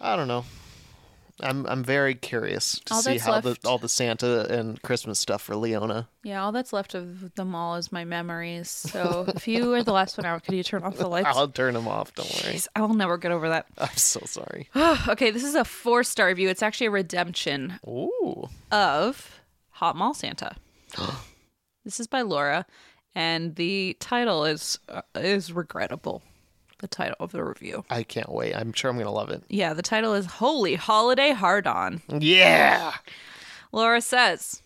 Speaker 7: I don't know. I'm I'm very curious to
Speaker 6: All
Speaker 7: see
Speaker 6: that's
Speaker 7: how
Speaker 6: left-
Speaker 7: the all the Santa and Christmas stuff for Leona.
Speaker 6: Yeah, all that's left of the mall is my memories. So if you were the last one out, could you turn off the lights?
Speaker 7: I'll turn him off. Don't worry.
Speaker 6: Jeez, I will never get over that.
Speaker 7: I'm so sorry.
Speaker 6: okay, this is a four star review. It's actually a redemption
Speaker 7: Ooh.
Speaker 6: of Hot Mall Santa. this is by Laura, and the title is uh, is regrettable. The title of the review.
Speaker 7: I can't wait. I'm sure I'm gonna love it.
Speaker 6: Yeah, the title is Holy Holiday Hard On.
Speaker 7: Yeah.
Speaker 6: Laura says,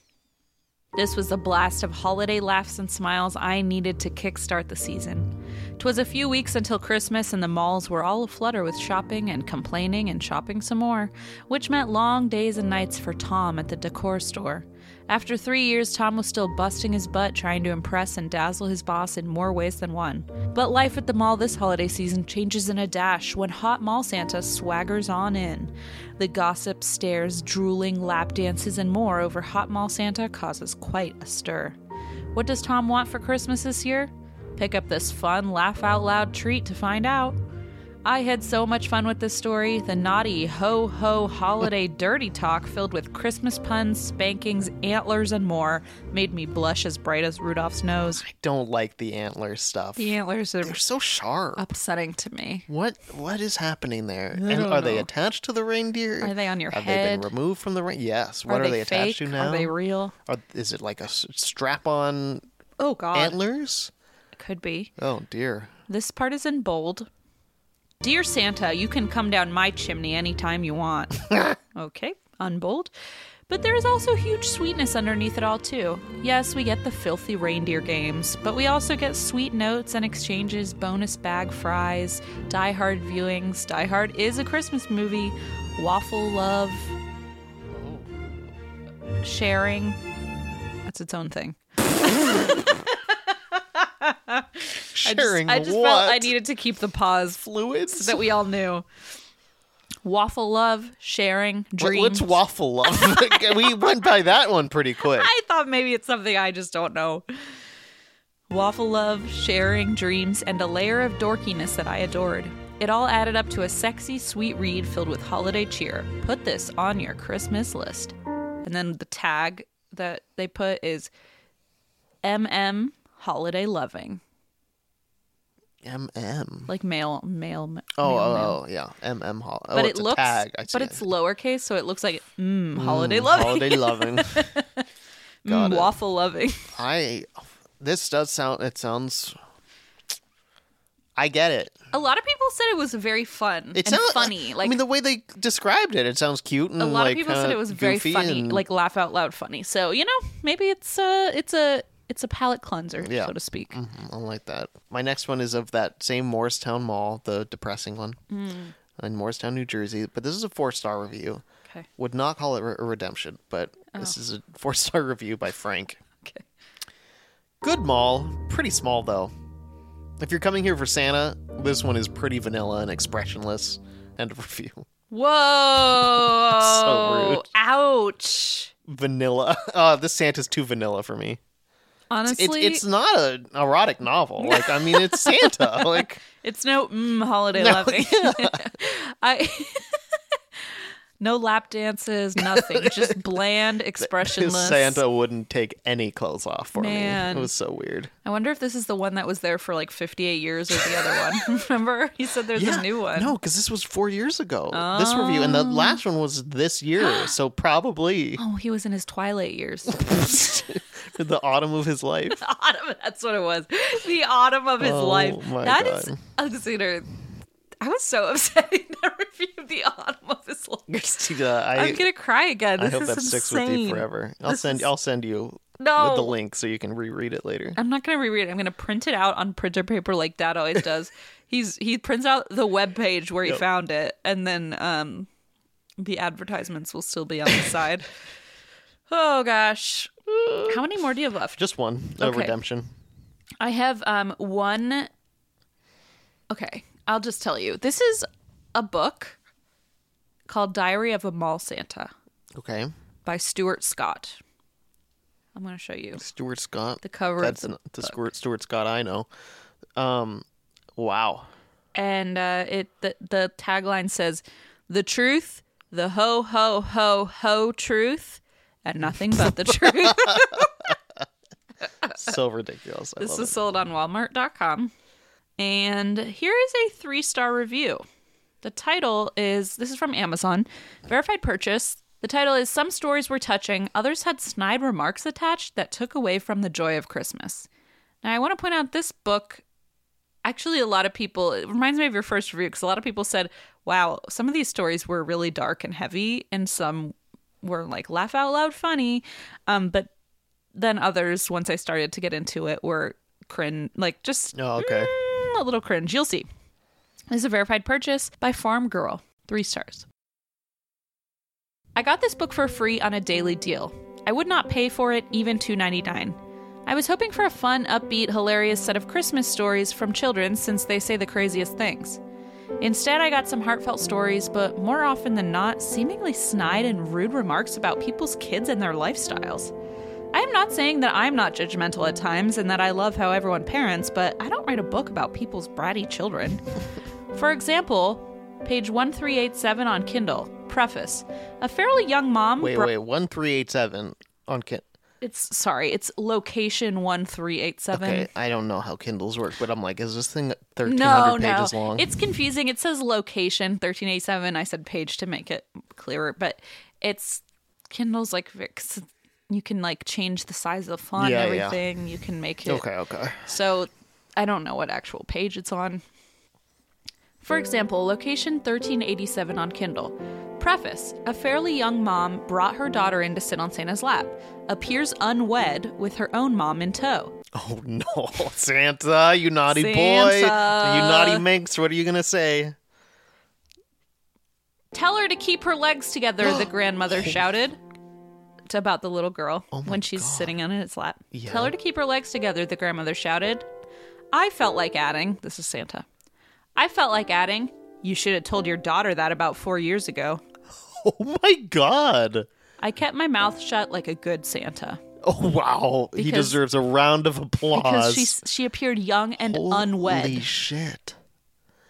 Speaker 6: This was the blast of holiday laughs and smiles I needed to kickstart the season. 'Twas a few weeks until Christmas, and the malls were all aflutter with shopping and complaining and shopping some more, which meant long days and nights for Tom at the decor store. After three years, Tom was still busting his butt trying to impress and dazzle his boss in more ways than one. But life at the mall this holiday season changes in a dash when hot mall Santa swaggers on in. The gossip, stares, drooling, lap dances, and more over hot mall Santa causes quite a stir. What does Tom want for Christmas this year? Pick up this fun, laugh out loud treat to find out. I had so much fun with this story. The naughty ho ho holiday dirty talk filled with Christmas puns, spankings, antlers, and more made me blush as bright as Rudolph's nose.
Speaker 7: I don't like the antler stuff.
Speaker 6: The antlers are
Speaker 7: They're so sharp.
Speaker 6: upsetting to me.
Speaker 7: What what is happening there?
Speaker 6: I
Speaker 7: And
Speaker 6: don't
Speaker 7: are they
Speaker 6: know.
Speaker 7: attached to the reindeer?
Speaker 6: Are they on your
Speaker 7: Have
Speaker 6: head?
Speaker 7: they been removed from the rein? Yes. What are, they, attached to
Speaker 6: fake?
Speaker 7: now?
Speaker 6: Are they real?
Speaker 7: Are, is it like a s- strap-on
Speaker 6: Oh God,
Speaker 7: antlers?
Speaker 6: could be.
Speaker 7: Oh dear.
Speaker 6: This part is in bold. Dear Santa, you can come down my chimney anytime you want. okay, unbold. But there is also huge sweetness underneath it all, too. Yes, we get the filthy reindeer games, but we also get sweet notes and exchanges, bonus bag fries, Die Hard viewings. Die Hard is a Christmas movie, waffle love, sharing. That's its own thing.
Speaker 7: Sharing
Speaker 6: I just, I just
Speaker 7: what?
Speaker 6: felt I needed to keep the pause
Speaker 7: fluids.
Speaker 6: that we all knew. Waffle love, sharing,
Speaker 7: What-
Speaker 6: dreams.
Speaker 7: What's waffle love? we went by that one pretty quick.
Speaker 6: I thought maybe it's something I just don't know. Waffle love, sharing, dreams, and a layer of dorkiness that I adored. It all added up to a sexy, sweet read filled with holiday cheer. Put this on your Christmas list. And then the tag that they put is MM holiday loving.
Speaker 7: MM.
Speaker 6: Like male, male, male.
Speaker 7: Oh, oh, oh, yeah. MM. Hol- oh,
Speaker 6: but
Speaker 7: it's
Speaker 6: it
Speaker 7: a
Speaker 6: looks
Speaker 7: tag. I see
Speaker 6: but
Speaker 7: it.
Speaker 6: it's lowercase so it looks like mm, holiday loving
Speaker 7: holiday loving. Got
Speaker 6: Mm,
Speaker 7: it.
Speaker 6: waffle loving
Speaker 7: I. This does sound. It sounds. I get it.
Speaker 6: a lot of people said it was very fun
Speaker 7: It's
Speaker 6: and funny like
Speaker 7: I mean, the way they described it, it sounds cute and
Speaker 6: a lot
Speaker 7: like,
Speaker 6: of people said
Speaker 7: kinda
Speaker 6: it was very
Speaker 7: goofy
Speaker 6: funny
Speaker 7: and-
Speaker 6: like laugh out loud funny so you know maybe it's a it's a it's a palate cleanser
Speaker 7: Yeah. Mm.
Speaker 6: so to speak
Speaker 7: I don't like that. My next one is of that same Morristown Mall, the depressing one
Speaker 6: Hmm.
Speaker 7: in Morristown, New Jersey. But this is a four star review.
Speaker 6: Okay. Oh.
Speaker 7: Would not call it re- a redemption, but this is a four star review by Frank.
Speaker 6: okay
Speaker 7: Good mall, pretty small though. If you're coming here for Santa, this one is pretty vanilla and expressionless. End of review.
Speaker 6: whoa
Speaker 7: rude.
Speaker 6: ouch
Speaker 7: Vanilla. Uh, this Santa's too vanilla for me. It's,
Speaker 6: honestly
Speaker 7: it's not an erotic novel. Like, I mean, it's Santa. Like,
Speaker 6: It's no mm, holiday loving. I no lap dances, nothing. Just bland,
Speaker 7: Because
Speaker 6: expressionless.
Speaker 7: Santa wouldn't take any clothes off for
Speaker 6: Man.
Speaker 7: me. It was so weird.
Speaker 6: I wonder if this is the one that was there for like 58 years or the other one. Remember, he said there's a new one.
Speaker 7: No, because this was four years ago. This review and the last one was this year, so probably
Speaker 6: Oh, he was in his twilight years.
Speaker 7: the autumn of his life.
Speaker 6: autumn. That's what it was. The autumn of his
Speaker 7: Oh,
Speaker 6: life.
Speaker 7: my
Speaker 6: That is,
Speaker 7: God.
Speaker 6: Alexander. I was so upset he never reviewed the autumn of his life.
Speaker 7: Uh, I,
Speaker 6: I'm gonna cry again.
Speaker 7: I
Speaker 6: This
Speaker 7: hope
Speaker 6: is
Speaker 7: that sticks with you
Speaker 6: insane.
Speaker 7: forever. I'll send I'll send you
Speaker 6: No.
Speaker 7: the link so you can reread it later.
Speaker 6: I'm not gonna reread it. I'm gonna print it out on printer paper like Dad always does. He's he prints out the web page where he found it, and then um, the advertisements will still be on the side. oh gosh, how many more do you have left?
Speaker 7: Just one. A
Speaker 6: Okay.
Speaker 7: redemption.
Speaker 6: I have um one. Okay, I'll just tell you. This is a book called Diary of a Mall Santa
Speaker 7: Okay.
Speaker 6: by Stuart Scott. I'm gonna show you.
Speaker 7: Stuart Scott.
Speaker 6: The cover of
Speaker 7: That's
Speaker 6: the
Speaker 7: n- the, Stuart, Stuart Scott I know. Um wow.
Speaker 6: and uh, it the, the tagline says the truth the ho ho ho ho truth and nothing but the truth
Speaker 7: So ridiculous. I
Speaker 6: this
Speaker 7: love
Speaker 6: is
Speaker 7: it.
Speaker 6: sold on walmart.com and here is a three star review the title is this is from amazon verified purchase the title is some stories were touching others had snide remarks attached that took away from the joy of christmas now i want to point out this book actually a lot of people it reminds me of your first review because a lot of people said wow some of these stories were really dark and heavy and some were like laugh out loud funny um but then others once i started to get into it were cringe like just
Speaker 7: Oh, okay.
Speaker 6: mm, a little cringe you'll see this is a verified purchase by farm girl three stars I got this book for free on a daily deal. I would not pay for it even $2.99. I was hoping for a fun, upbeat, hilarious set of Christmas stories from children since they say the craziest things. Instead, I got some heartfelt stories, but more often than not, seemingly snide and rude remarks about people's kids and their lifestyles. I am not saying that I'm not judgmental at times and that I love how everyone parents, but I don't write a book about people's bratty children. For example, page 1387 on Kindle, preface. A fairly young mom.
Speaker 7: Wait,
Speaker 6: bro-
Speaker 7: wait, one three eight seven on Kindle.
Speaker 6: It's sorry, it's location 1387.
Speaker 7: Okay, I don't know how Kindles work, but I'm like, is this thing 1,300
Speaker 6: No, no.
Speaker 7: pages long?
Speaker 6: It's confusing. It says location 1387. I said page to make it clearer, but it's Kindle's like Vix. You can like change the size of the font
Speaker 7: Yeah,
Speaker 6: and
Speaker 7: yeah.
Speaker 6: everything. You can make it.
Speaker 7: okay, okay.
Speaker 6: So I don't know what actual page it's on. For example, location 1387 on Kindle. Preface A fairly young mom brought her daughter in to sit on Santa's lap, appears unwed with her own mom in tow.
Speaker 7: Oh no, Santa, you naughty boy, you naughty minx. What are you gonna say?
Speaker 6: Tell her to keep her legs together, the grandmother shouted to about the little girl when she's sitting on his lap. Tell her to keep her legs together, the grandmother shouted. I felt like adding, this is Santa. I felt like adding, you should have told your daughter that about four years ago.
Speaker 7: Oh my god!
Speaker 6: I kept my mouth shut like a good Santa
Speaker 7: Oh wow, he
Speaker 6: Because-
Speaker 7: deserves a round of applause.
Speaker 6: because she she appeared young and
Speaker 7: Holy
Speaker 6: unwed.
Speaker 7: shit!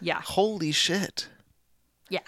Speaker 6: yeah,
Speaker 7: Holy shit!
Speaker 6: yeah.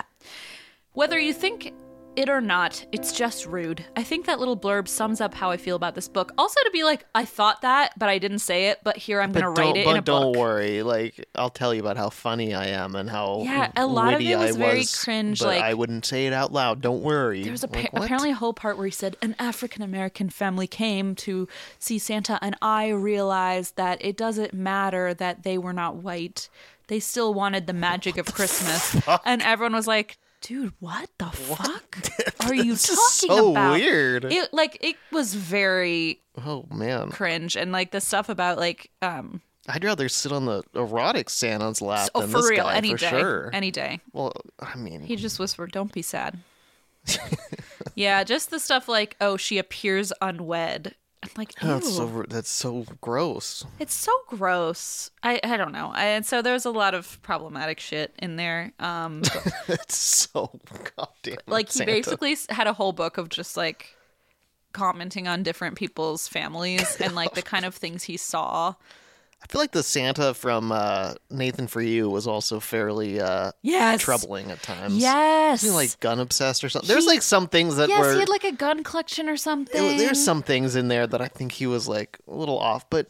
Speaker 6: Whether you think it or not, it's just rude. I think that little blurb sums up how I feel about this book. Also, to be like, I thought that, but I didn't say it. But here I'm going to
Speaker 7: But
Speaker 6: write
Speaker 7: don't,
Speaker 6: it in a
Speaker 7: but don't
Speaker 6: book.
Speaker 7: worry. Like I'll tell you about how funny I am and how
Speaker 6: Yeah, a lot of
Speaker 7: witty
Speaker 6: it was
Speaker 7: I
Speaker 6: very
Speaker 7: was,
Speaker 6: cringe,
Speaker 7: But
Speaker 6: like-
Speaker 7: I wouldn't say it out loud. Don't worry.
Speaker 6: There was a
Speaker 7: Like,
Speaker 6: pa-
Speaker 7: what?
Speaker 6: apparently a whole part where he said an African American family came to see Santa, and I realized that it doesn't matter that they were not white; they still wanted the magic of Christmas. And everyone was like, "Dude, what the fuck are you
Speaker 7: This
Speaker 6: talking
Speaker 7: is so
Speaker 6: about?"
Speaker 7: weird.
Speaker 6: It like it was very
Speaker 7: Oh man,
Speaker 6: cringe, and like the stuff about like um
Speaker 7: I'd rather sit on the erotic Santa's lap
Speaker 6: oh
Speaker 7: than
Speaker 6: for
Speaker 7: this
Speaker 6: real
Speaker 7: guy
Speaker 6: any
Speaker 7: for
Speaker 6: day
Speaker 7: sure.
Speaker 6: any day.
Speaker 7: well, I mean,
Speaker 6: He just whispered, "Don't be sad." yeah, just the stuff like, "Oh, she appears unwed." I'm like, Ew,
Speaker 7: That's Oh, so r- that's so gross.
Speaker 6: it's so gross. I I don't know. And so there's a lot of problematic shit in there. Um,
Speaker 7: That's so goddamn.
Speaker 6: like he
Speaker 7: Santa.
Speaker 6: basically s- had a whole book of just like commenting on different people's families and like the kind of things he saw.
Speaker 7: I feel like the Santa from uh, Nathan for You was also fairly uh,
Speaker 6: Yes.
Speaker 7: troubling at times.
Speaker 6: Yes.
Speaker 7: Wasn't he, like gun obsessed or something. There's like some things that
Speaker 6: yes,
Speaker 7: were
Speaker 6: he had like a gun collection or something.
Speaker 7: there- there's some things in there that I think he was like a little off, but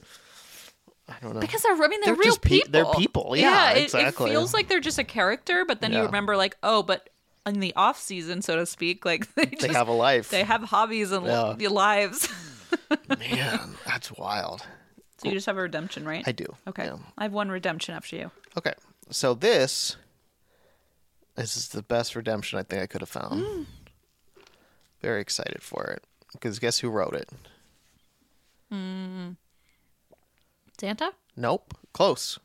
Speaker 7: I don't know.
Speaker 6: Because they're, I mean, they're,
Speaker 7: They're
Speaker 6: real
Speaker 7: just pe-
Speaker 6: people.
Speaker 7: they're people. Yeah,
Speaker 6: it- It,
Speaker 7: exactly.
Speaker 6: feels like they're just a character, but then you
Speaker 7: Yeah.
Speaker 6: remember, like, oh, but in the off season, so to speak, like they,
Speaker 7: they
Speaker 6: just,
Speaker 7: have a life.
Speaker 6: they have hobbies and li-
Speaker 7: Yeah.
Speaker 6: lives.
Speaker 7: Man, that's wild.
Speaker 6: so you just have a redemption, right?
Speaker 7: I do.
Speaker 6: Okay,
Speaker 7: yeah.
Speaker 6: I have one redemption after you.
Speaker 7: Okay. So this this is the best redemption I think I could have found.
Speaker 6: Mm.
Speaker 7: Very excited for it. Because guess who wrote it?
Speaker 6: Santa?
Speaker 7: Nope. Close.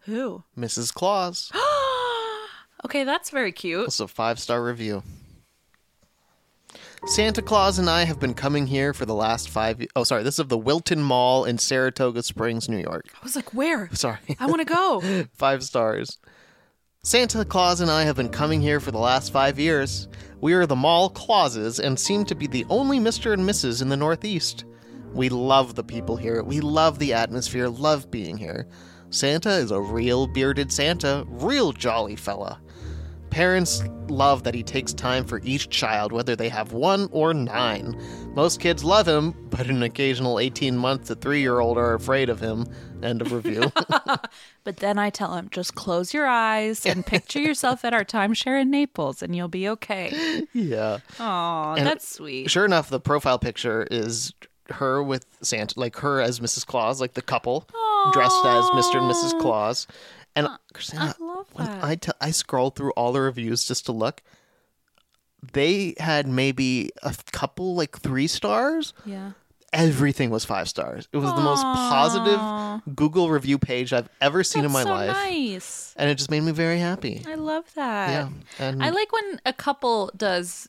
Speaker 6: Who?
Speaker 7: Mrs. Claus.
Speaker 6: Okay, that's very cute.
Speaker 7: That's a five star review. Santa Claus and I have been coming here for the last five. y- Oh, sorry. This is of the Wilton Mall in Saratoga Springs, New York.
Speaker 6: I was like, where?
Speaker 7: Sorry.
Speaker 6: I want to go.
Speaker 7: five stars. Santa Claus and I have been coming here for the last five years. We are the mall Clauses and seem to be the only Mr. and Mrs. in the Northeast. We love the people here. We love the atmosphere. Love being here. Santa is a real bearded Santa, real jolly fella. Parents love that he takes time for each child, whether they have one or nine. Most kids love him, but an occasional 18 month to 3 year old are afraid of him. End of review.
Speaker 6: But then I tell him, just close your eyes and picture yourself at our timeshare in Naples, and you'll be okay.
Speaker 7: yeah.
Speaker 6: Oh,
Speaker 7: And-
Speaker 6: that's sweet.
Speaker 7: sure enough, the profile picture is her with Santa, like her as Mrs. Claus, like the couple dressed as Mr. and Mrs. Claus. And Christina,
Speaker 6: love
Speaker 7: when
Speaker 6: that.
Speaker 7: I te- I scrolled through all the reviews just to look, they had maybe a couple, like three stars.
Speaker 6: Yeah.
Speaker 7: Everything was five stars. It was the most positive Google review page I've ever seen in my
Speaker 6: so
Speaker 7: life.
Speaker 6: nice.
Speaker 7: And it just made me very happy.
Speaker 6: I love that.
Speaker 7: Yeah, and-
Speaker 6: I like when a couple does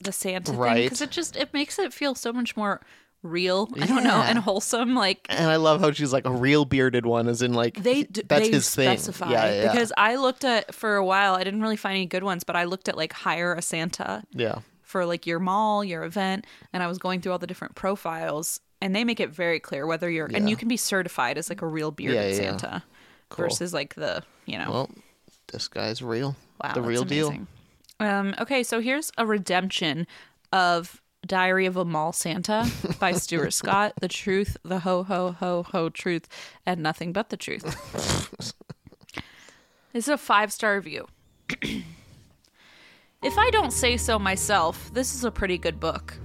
Speaker 6: the Santa thing
Speaker 7: Right.
Speaker 6: because it just it makes it feel so much more real. I don't know and wholesome. Like
Speaker 7: And I love how she's like a real bearded one, as in like
Speaker 6: they
Speaker 7: he-
Speaker 6: d-
Speaker 7: that's
Speaker 6: they
Speaker 7: his
Speaker 6: specify
Speaker 7: thing. Yeah, yeah, yeah.
Speaker 6: because I looked at for a while. I didn't really find any good ones, but I looked at like hire a Santa
Speaker 7: yeah.
Speaker 6: for like your mall, your event, and I was going through all the different profiles, and they make it very clear whether you're and you can be certified as like a real bearded
Speaker 7: yeah, yeah.
Speaker 6: Santa.
Speaker 7: Cool.
Speaker 6: versus like the you know
Speaker 7: Well, this guy's real.
Speaker 6: Wow,
Speaker 7: the
Speaker 6: that's
Speaker 7: real deal.
Speaker 6: amazing. Um, okay, so here's a redemption of Diary of a Mall Santa by Stuart Scott. The truth, the ho ho ho ho truth, and nothing but the truth. this is a five star review. if I don't say so myself, this is a pretty good book.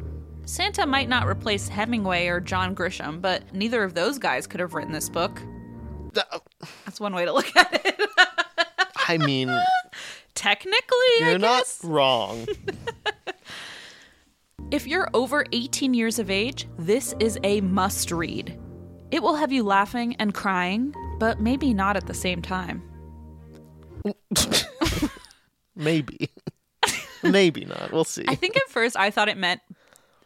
Speaker 6: Santa might not replace Hemingway or John Grisham, but neither of those guys could have written this book.
Speaker 7: uh,
Speaker 6: That's one way to look at it.
Speaker 7: I mean,
Speaker 6: Technically, I
Speaker 7: you're not
Speaker 6: guess.
Speaker 7: wrong.
Speaker 6: If you're over 18 years of age, this is a must read. It will have you laughing and crying, but maybe not at the same time.
Speaker 7: Maybe. Maybe not. We'll see.
Speaker 6: I think at first I thought it meant.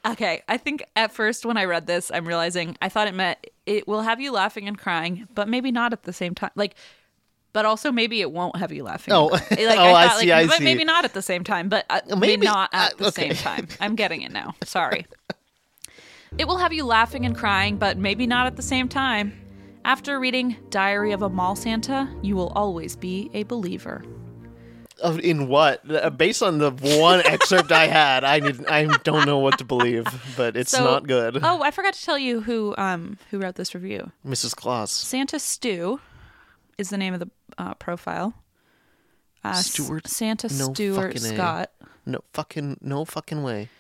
Speaker 6: Okay, I think at first when I read this, I'm realizing I thought it meant it will have you laughing and crying, but maybe not at the same time. Like, but also maybe it won't have you laughing. and
Speaker 7: Oh.
Speaker 6: crying. like,
Speaker 7: Oh,
Speaker 6: I
Speaker 7: I
Speaker 6: thought,
Speaker 7: see,
Speaker 6: like,
Speaker 7: I
Speaker 6: but
Speaker 7: see.
Speaker 6: maybe not at the same time. But uh, maybe,
Speaker 7: Maybe-
Speaker 6: not at
Speaker 7: uh,
Speaker 6: the
Speaker 7: okay.
Speaker 6: same time. I'm getting it now. Sorry. it will have you laughing and crying, but maybe not at the same time. After reading Diary of a Mall Santa, you will always be a believer.
Speaker 7: Of- In what? Uh, Based on the one excerpt I had, I need, I don't know what to believe, but it's
Speaker 6: So-
Speaker 7: not good.
Speaker 6: Oh, I forgot to tell you who um who wrote this review.
Speaker 7: Mrs. Claus.
Speaker 6: Santa Stew is the name of the uh, profile. Uh, S-
Speaker 7: Stewart?
Speaker 6: Santa
Speaker 7: No
Speaker 6: Stewart
Speaker 7: fucking A.
Speaker 6: Scott.
Speaker 7: No fucking no fucking way.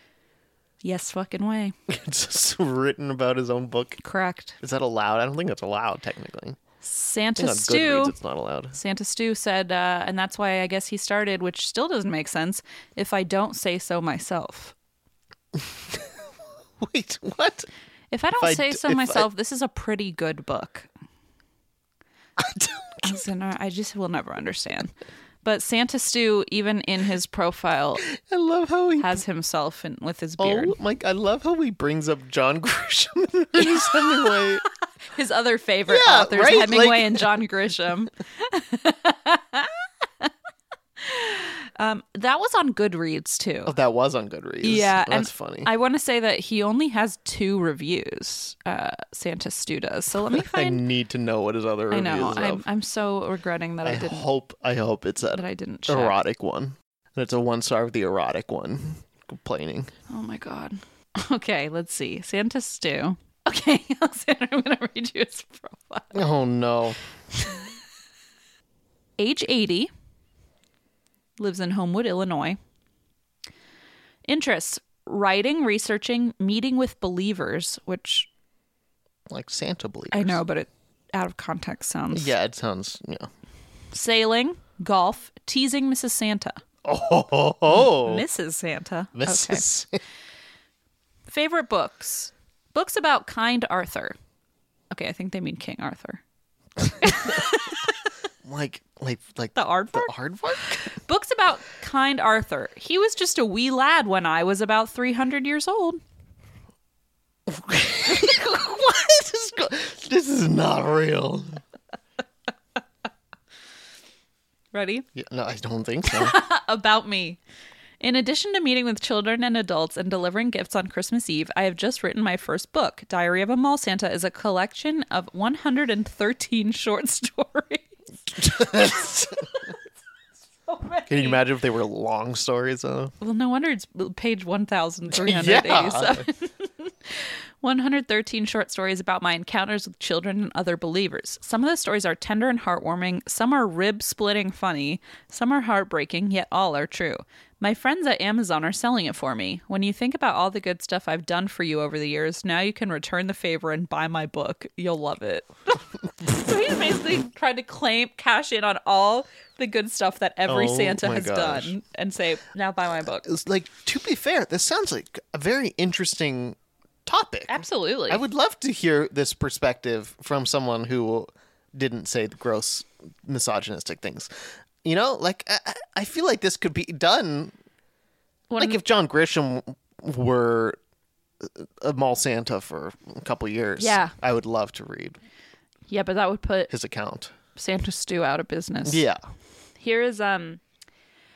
Speaker 6: Yes, fucking way.
Speaker 7: It's just written about his own book.
Speaker 6: Correct.
Speaker 7: Is that allowed? I don't think that's allowed technically. I
Speaker 6: Santa
Speaker 7: think on
Speaker 6: Stew.
Speaker 7: Goodreads it's not allowed.
Speaker 6: Santa Stew said, uh, and that's why I guess he started, which still doesn't make sense if I don't say so myself.
Speaker 7: Wait, what?
Speaker 6: If I don't
Speaker 7: I
Speaker 6: say
Speaker 7: d-
Speaker 6: so
Speaker 7: if I-
Speaker 6: myself, this is a pretty good book.
Speaker 7: I don't.
Speaker 6: I said, "No, I just will never understand. But Santa Stew, even in his profile,
Speaker 7: I love how he.
Speaker 6: has himself in, with his beard.
Speaker 7: Oh, Mike! I love how he brings up John Grisham and Ernest Hemingway.
Speaker 6: His other favorite
Speaker 7: Yeah,
Speaker 6: authors,
Speaker 7: right?
Speaker 6: Hemingway
Speaker 7: Like-
Speaker 6: and John Grisham. um, that was on Goodreads too.
Speaker 7: Oh, that was on Goodreads.
Speaker 6: yeah,
Speaker 7: that's
Speaker 6: and
Speaker 7: funny.
Speaker 6: I want to say that he only has two reviews. Uh, Santa Stu does. So let me
Speaker 7: I
Speaker 6: find.
Speaker 7: need to know what his other
Speaker 6: I
Speaker 7: reviews
Speaker 6: know.
Speaker 7: is
Speaker 6: I'm,
Speaker 7: of.
Speaker 6: I'm so regretting that I,
Speaker 7: I
Speaker 6: didn't.
Speaker 7: hope. I hope it's that
Speaker 6: that I didn't check.
Speaker 7: erotic one. That's a one star of the erotic one. Complaining.
Speaker 6: Oh my god. Okay, let's see. Santa Stu. Okay, Alexander, I'm going to read you his profile.
Speaker 7: Oh no.
Speaker 6: age 80, lives in Homewood, Illinois. Interests writing, researching, meeting with believers, which
Speaker 7: Like Santa believers.
Speaker 6: I know, but it out of context sounds.
Speaker 7: Yeah, it sounds. Yeah.
Speaker 6: Sailing, golf, teasing Mrs. Santa.
Speaker 7: Oh, oh,
Speaker 6: Mrs. Santa.
Speaker 7: this is
Speaker 6: Favorite books? Books about kind Arthur. Okay, I think they mean King Arthur.
Speaker 7: like like like
Speaker 6: The aardvark?
Speaker 7: The aardvark?
Speaker 6: Books about kind Arthur. He was just a wee lad when I was about 300 years old.
Speaker 7: what is go- this is not real.
Speaker 6: Ready?
Speaker 7: Yeah, no, I don't think so.
Speaker 6: about me. In addition to meeting with children and adults and delivering gifts on Christmas Eve, I have just written my first book. Diary of a Mall Santa is a collection of 113 short stories.
Speaker 7: Can you imagine if they were long stories though?
Speaker 6: Well, no wonder it's page 1,387. 113 short stories about my encounters with children and other believers. Some of the stories are tender and heartwarming, some are rib splitting funny, some are heartbreaking, yet all are true. My friends at Amazon are selling it for me. When you think about all the good stuff I've done for you over the years, now you can return the favor and buy my book. You'll love it. so he's basically trying to claim, cash in on all the good stuff that every
Speaker 7: Oh
Speaker 6: Santa
Speaker 7: my
Speaker 6: has
Speaker 7: gosh.
Speaker 6: done and say, now buy my book.
Speaker 7: It's like to be fair, this sounds like a very interesting topic.
Speaker 6: Absolutely.
Speaker 7: I would love to hear this perspective from someone who didn't say the gross misogynistic things. You know, like I, I- I feel like this could be done.
Speaker 6: One-
Speaker 7: like if John Grisham were a mall Santa for a couple years,
Speaker 6: Yeah.
Speaker 7: I would love to read
Speaker 6: Yeah, but that would put
Speaker 7: his account.
Speaker 6: Santa Stew out of business.
Speaker 7: Yeah,
Speaker 6: Here is um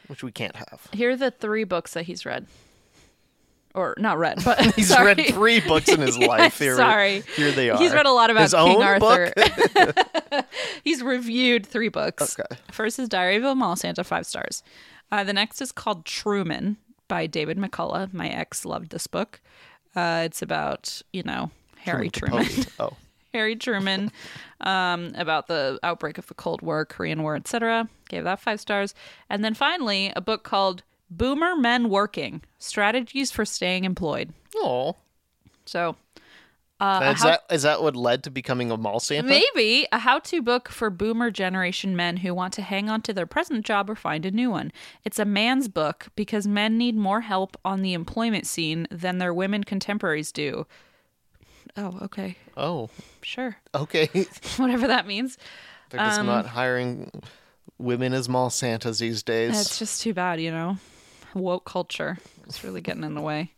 Speaker 7: which we can't have.
Speaker 6: here are the three books that he's read. or not read, but
Speaker 7: He's
Speaker 6: sorry.
Speaker 7: read three books in his
Speaker 6: Yeah,
Speaker 7: life. Here,
Speaker 6: sorry,
Speaker 7: here they are.
Speaker 6: He's read a lot about
Speaker 7: His
Speaker 6: King
Speaker 7: own
Speaker 6: Arthur.
Speaker 7: book?
Speaker 6: He's reviewed three books.
Speaker 7: Okay.
Speaker 6: First is Diary of a Mall Santa, five stars. Uh, the next is called Truman by David McCullough. My ex loved this book. Uh, it's about you know Harry Truman.
Speaker 7: Oh,
Speaker 6: Harry Truman um, about the outbreak of the Cold War, Korean War, etc. Gave that five stars. And then finally, a book called Boomer Men Working Strategies for Staying Employed.
Speaker 7: oh.
Speaker 6: So, uh, a
Speaker 7: is
Speaker 6: how-
Speaker 7: that is that what led to becoming a mall Santa?
Speaker 6: maybe a how to book for boomer generation men who want to hang on to their present job or find a new one. It's a man's book because men need more help on the employment scene than their women contemporaries do. Oh, okay.
Speaker 7: Oh,
Speaker 6: Sure.
Speaker 7: okay. They're
Speaker 6: Whatever that means.
Speaker 7: just
Speaker 6: Um,
Speaker 7: not hiring women as mall Santas these days.
Speaker 6: That's just too bad, you know. Woke culture. It's really getting in the way.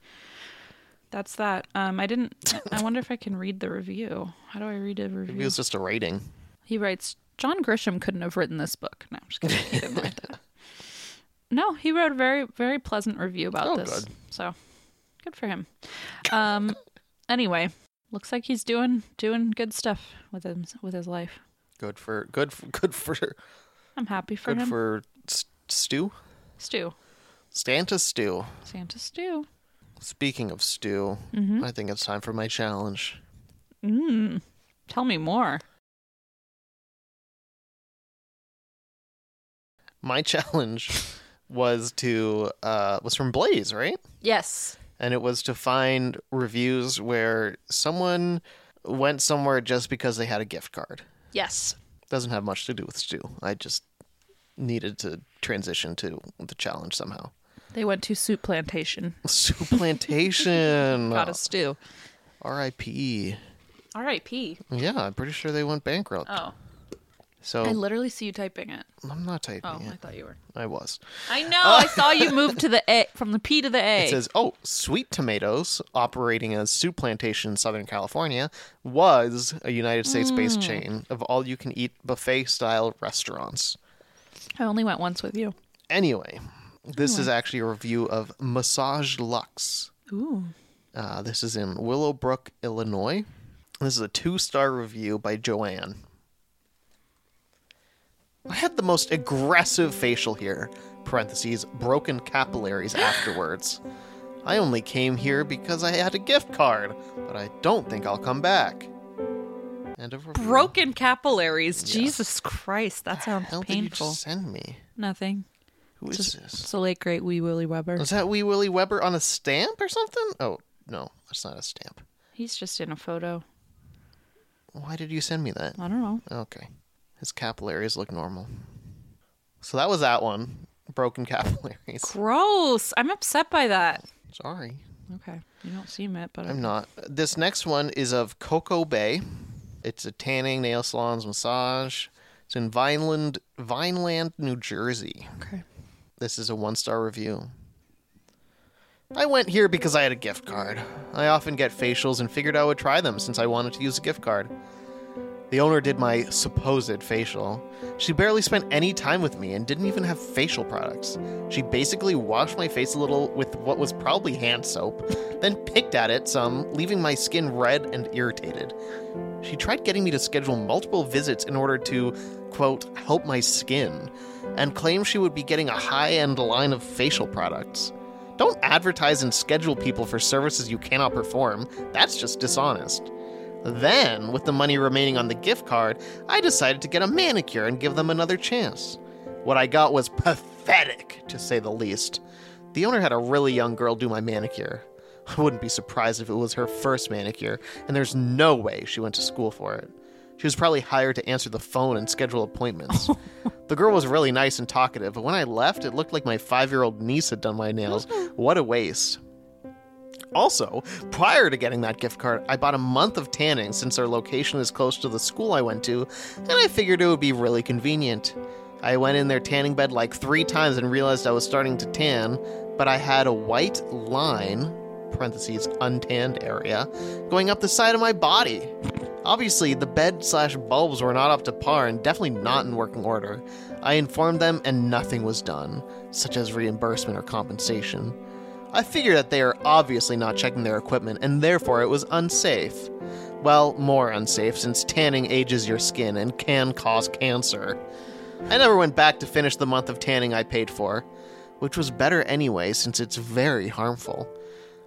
Speaker 6: That's that. Um, I didn't. I wonder if I can read the review. How do I read a
Speaker 7: Maybe it
Speaker 6: review?
Speaker 7: was just a rating.
Speaker 6: He writes, John Grisham couldn't have written this book. No, I'm just kidding. He didn't write that. No, he wrote a very, very pleasant review about
Speaker 7: Oh,
Speaker 6: this.
Speaker 7: good.
Speaker 6: So good for him. Um, anyway, looks like he's doing doing good stuff with him with his life.
Speaker 7: Good for good for good for
Speaker 6: I'm happy for
Speaker 7: good
Speaker 6: him.
Speaker 7: for S- stew.
Speaker 6: Stew,
Speaker 7: Santa stew.
Speaker 6: Santa Stew.
Speaker 7: Speaking of stew,
Speaker 6: Mm-hmm.
Speaker 7: I think it's time for my challenge.
Speaker 6: Mm. Tell me more.
Speaker 7: My challenge was to uh, was from Blaze, right?
Speaker 6: Yes.
Speaker 7: and it was to find reviews where someone went somewhere just because they had a gift card.
Speaker 6: Yes.
Speaker 7: Doesn't have much to do with stew. I just needed to transition to the challenge somehow.
Speaker 6: They went to soup plantation.
Speaker 7: Stew plantation.
Speaker 6: Got a stew.
Speaker 7: R.I.P.
Speaker 6: R.I.P.
Speaker 7: E. Yeah, I'm pretty sure they went bankrupt.
Speaker 6: Oh,
Speaker 7: so
Speaker 6: I literally see you typing it.
Speaker 7: I'm not typing
Speaker 6: Oh, I
Speaker 7: it.
Speaker 6: thought you were.
Speaker 7: I was.
Speaker 6: I know. I saw you move to the A from the P to the A.
Speaker 7: It says, "Oh, Sweet Tomatoes, operating as soup plantation in Southern California, was a United States-based chain of all-you-can-eat buffet-style restaurants."
Speaker 6: I only went once with you.
Speaker 7: Anyway, this is actually a review of Massage Lux.
Speaker 6: Ooh.
Speaker 7: Uh, this is in Willowbrook, Illinois. This is a two star review by Joanne. I had the most aggressive facial here, parentheses, broken capillaries afterwards. I only came here because I had a gift card, but I don't think I'll come back. End of review.
Speaker 6: Broken capillaries. Jesus Christ, that sounds
Speaker 7: How did you
Speaker 6: painful.
Speaker 7: just send me?
Speaker 6: Nothing.
Speaker 7: Who is this?
Speaker 6: It's the late great Wee Willie Weber.
Speaker 7: Is that Wee Willie Weber on a stamp or something? Oh, no, that's not a stamp.
Speaker 6: He's just in a photo.
Speaker 7: Why did you send me that?
Speaker 6: I don't know.
Speaker 7: Okay. His capillaries look normal. So that was that one. Broken capillaries.
Speaker 6: Gross. I'm upset by that.
Speaker 7: Sorry.
Speaker 6: Okay. You don't seem it, but
Speaker 7: I'm not. This next one is of Coco Bay. It's a tanning, nail salons, massage. It's in Vineland, Vineland, New Jersey.
Speaker 6: okay.
Speaker 7: This is a one star review. I went here because I had a gift card. I often get facials and figured I would try them since I wanted to use a gift card. The owner did my supposed facial. She barely spent any time with me and didn't even have facial products. She basically washed my face a little with what was probably hand soap, then picked at it some, leaving my skin red and irritated. She tried getting me to schedule multiple visits in order to, quote, help my skin, and claimed she would be getting a high end line of facial products. Don't advertise and schedule people for services you cannot perform, that's just dishonest. Then, with the money remaining on the gift card, I decided to get a manicure and give them another chance. What I got was pathetic, to say the least. The owner had a really young girl do my manicure. I wouldn't be surprised if it was her first manicure, and there's no way she went to school for it. She was probably hired to answer the phone and schedule appointments. the girl was really nice and talkative, but when I left, it looked like my five year old niece had done my nails. What a waste. Also, prior to getting that gift card, I bought a month of tanning since our location is close to the school I went to, and I figured it would be really convenient. I went in their tanning bed like three times and realized I was starting to tan, but I had a white line, parentheses, untanned area, going up the side of my body. Obviously, the bed slash bulbs were not up to par and definitely not in working order. I informed them, and nothing was done, such as reimbursement or compensation. I figure that they are obviously not checking their equipment, and therefore it was unsafe. Well, more unsafe, since tanning ages your skin and can cause cancer. I never went back to finish the month of tanning I paid for, which was better anyway, since it's very harmful.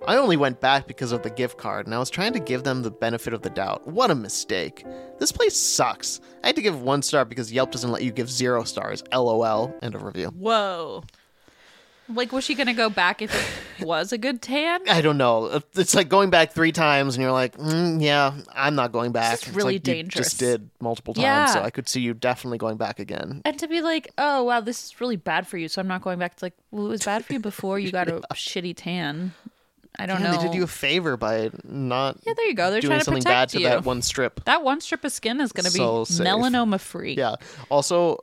Speaker 7: I only went back because of the gift card, and I was trying to give them the benefit of the doubt. What a mistake. This place sucks. I had to give one star because Yelp doesn't let you give zero stars. LOL. End of review.
Speaker 6: Whoa. Like, was she going to go back if it was a good tan?
Speaker 7: I don't know. It's like going back three times, and you're like, mm, yeah, I'm not going back.
Speaker 6: It's just really
Speaker 7: like You
Speaker 6: dangerous.
Speaker 7: just did multiple times,
Speaker 6: Yeah.
Speaker 7: so I could see you definitely going back again.
Speaker 6: And to be like, oh, wow, this is really bad for you. So I'm not going back. It's like, well, it was bad for you before you got a shitty tan. I don't
Speaker 7: Yeah,
Speaker 6: know.
Speaker 7: They did you a favor by not
Speaker 6: yeah, there you go. They're
Speaker 7: doing
Speaker 6: trying to
Speaker 7: something
Speaker 6: protect
Speaker 7: bad to
Speaker 6: you.
Speaker 7: that one strip.
Speaker 6: That one strip of skin is going to be
Speaker 7: So safe.
Speaker 6: melanoma free.
Speaker 7: Yeah. Also,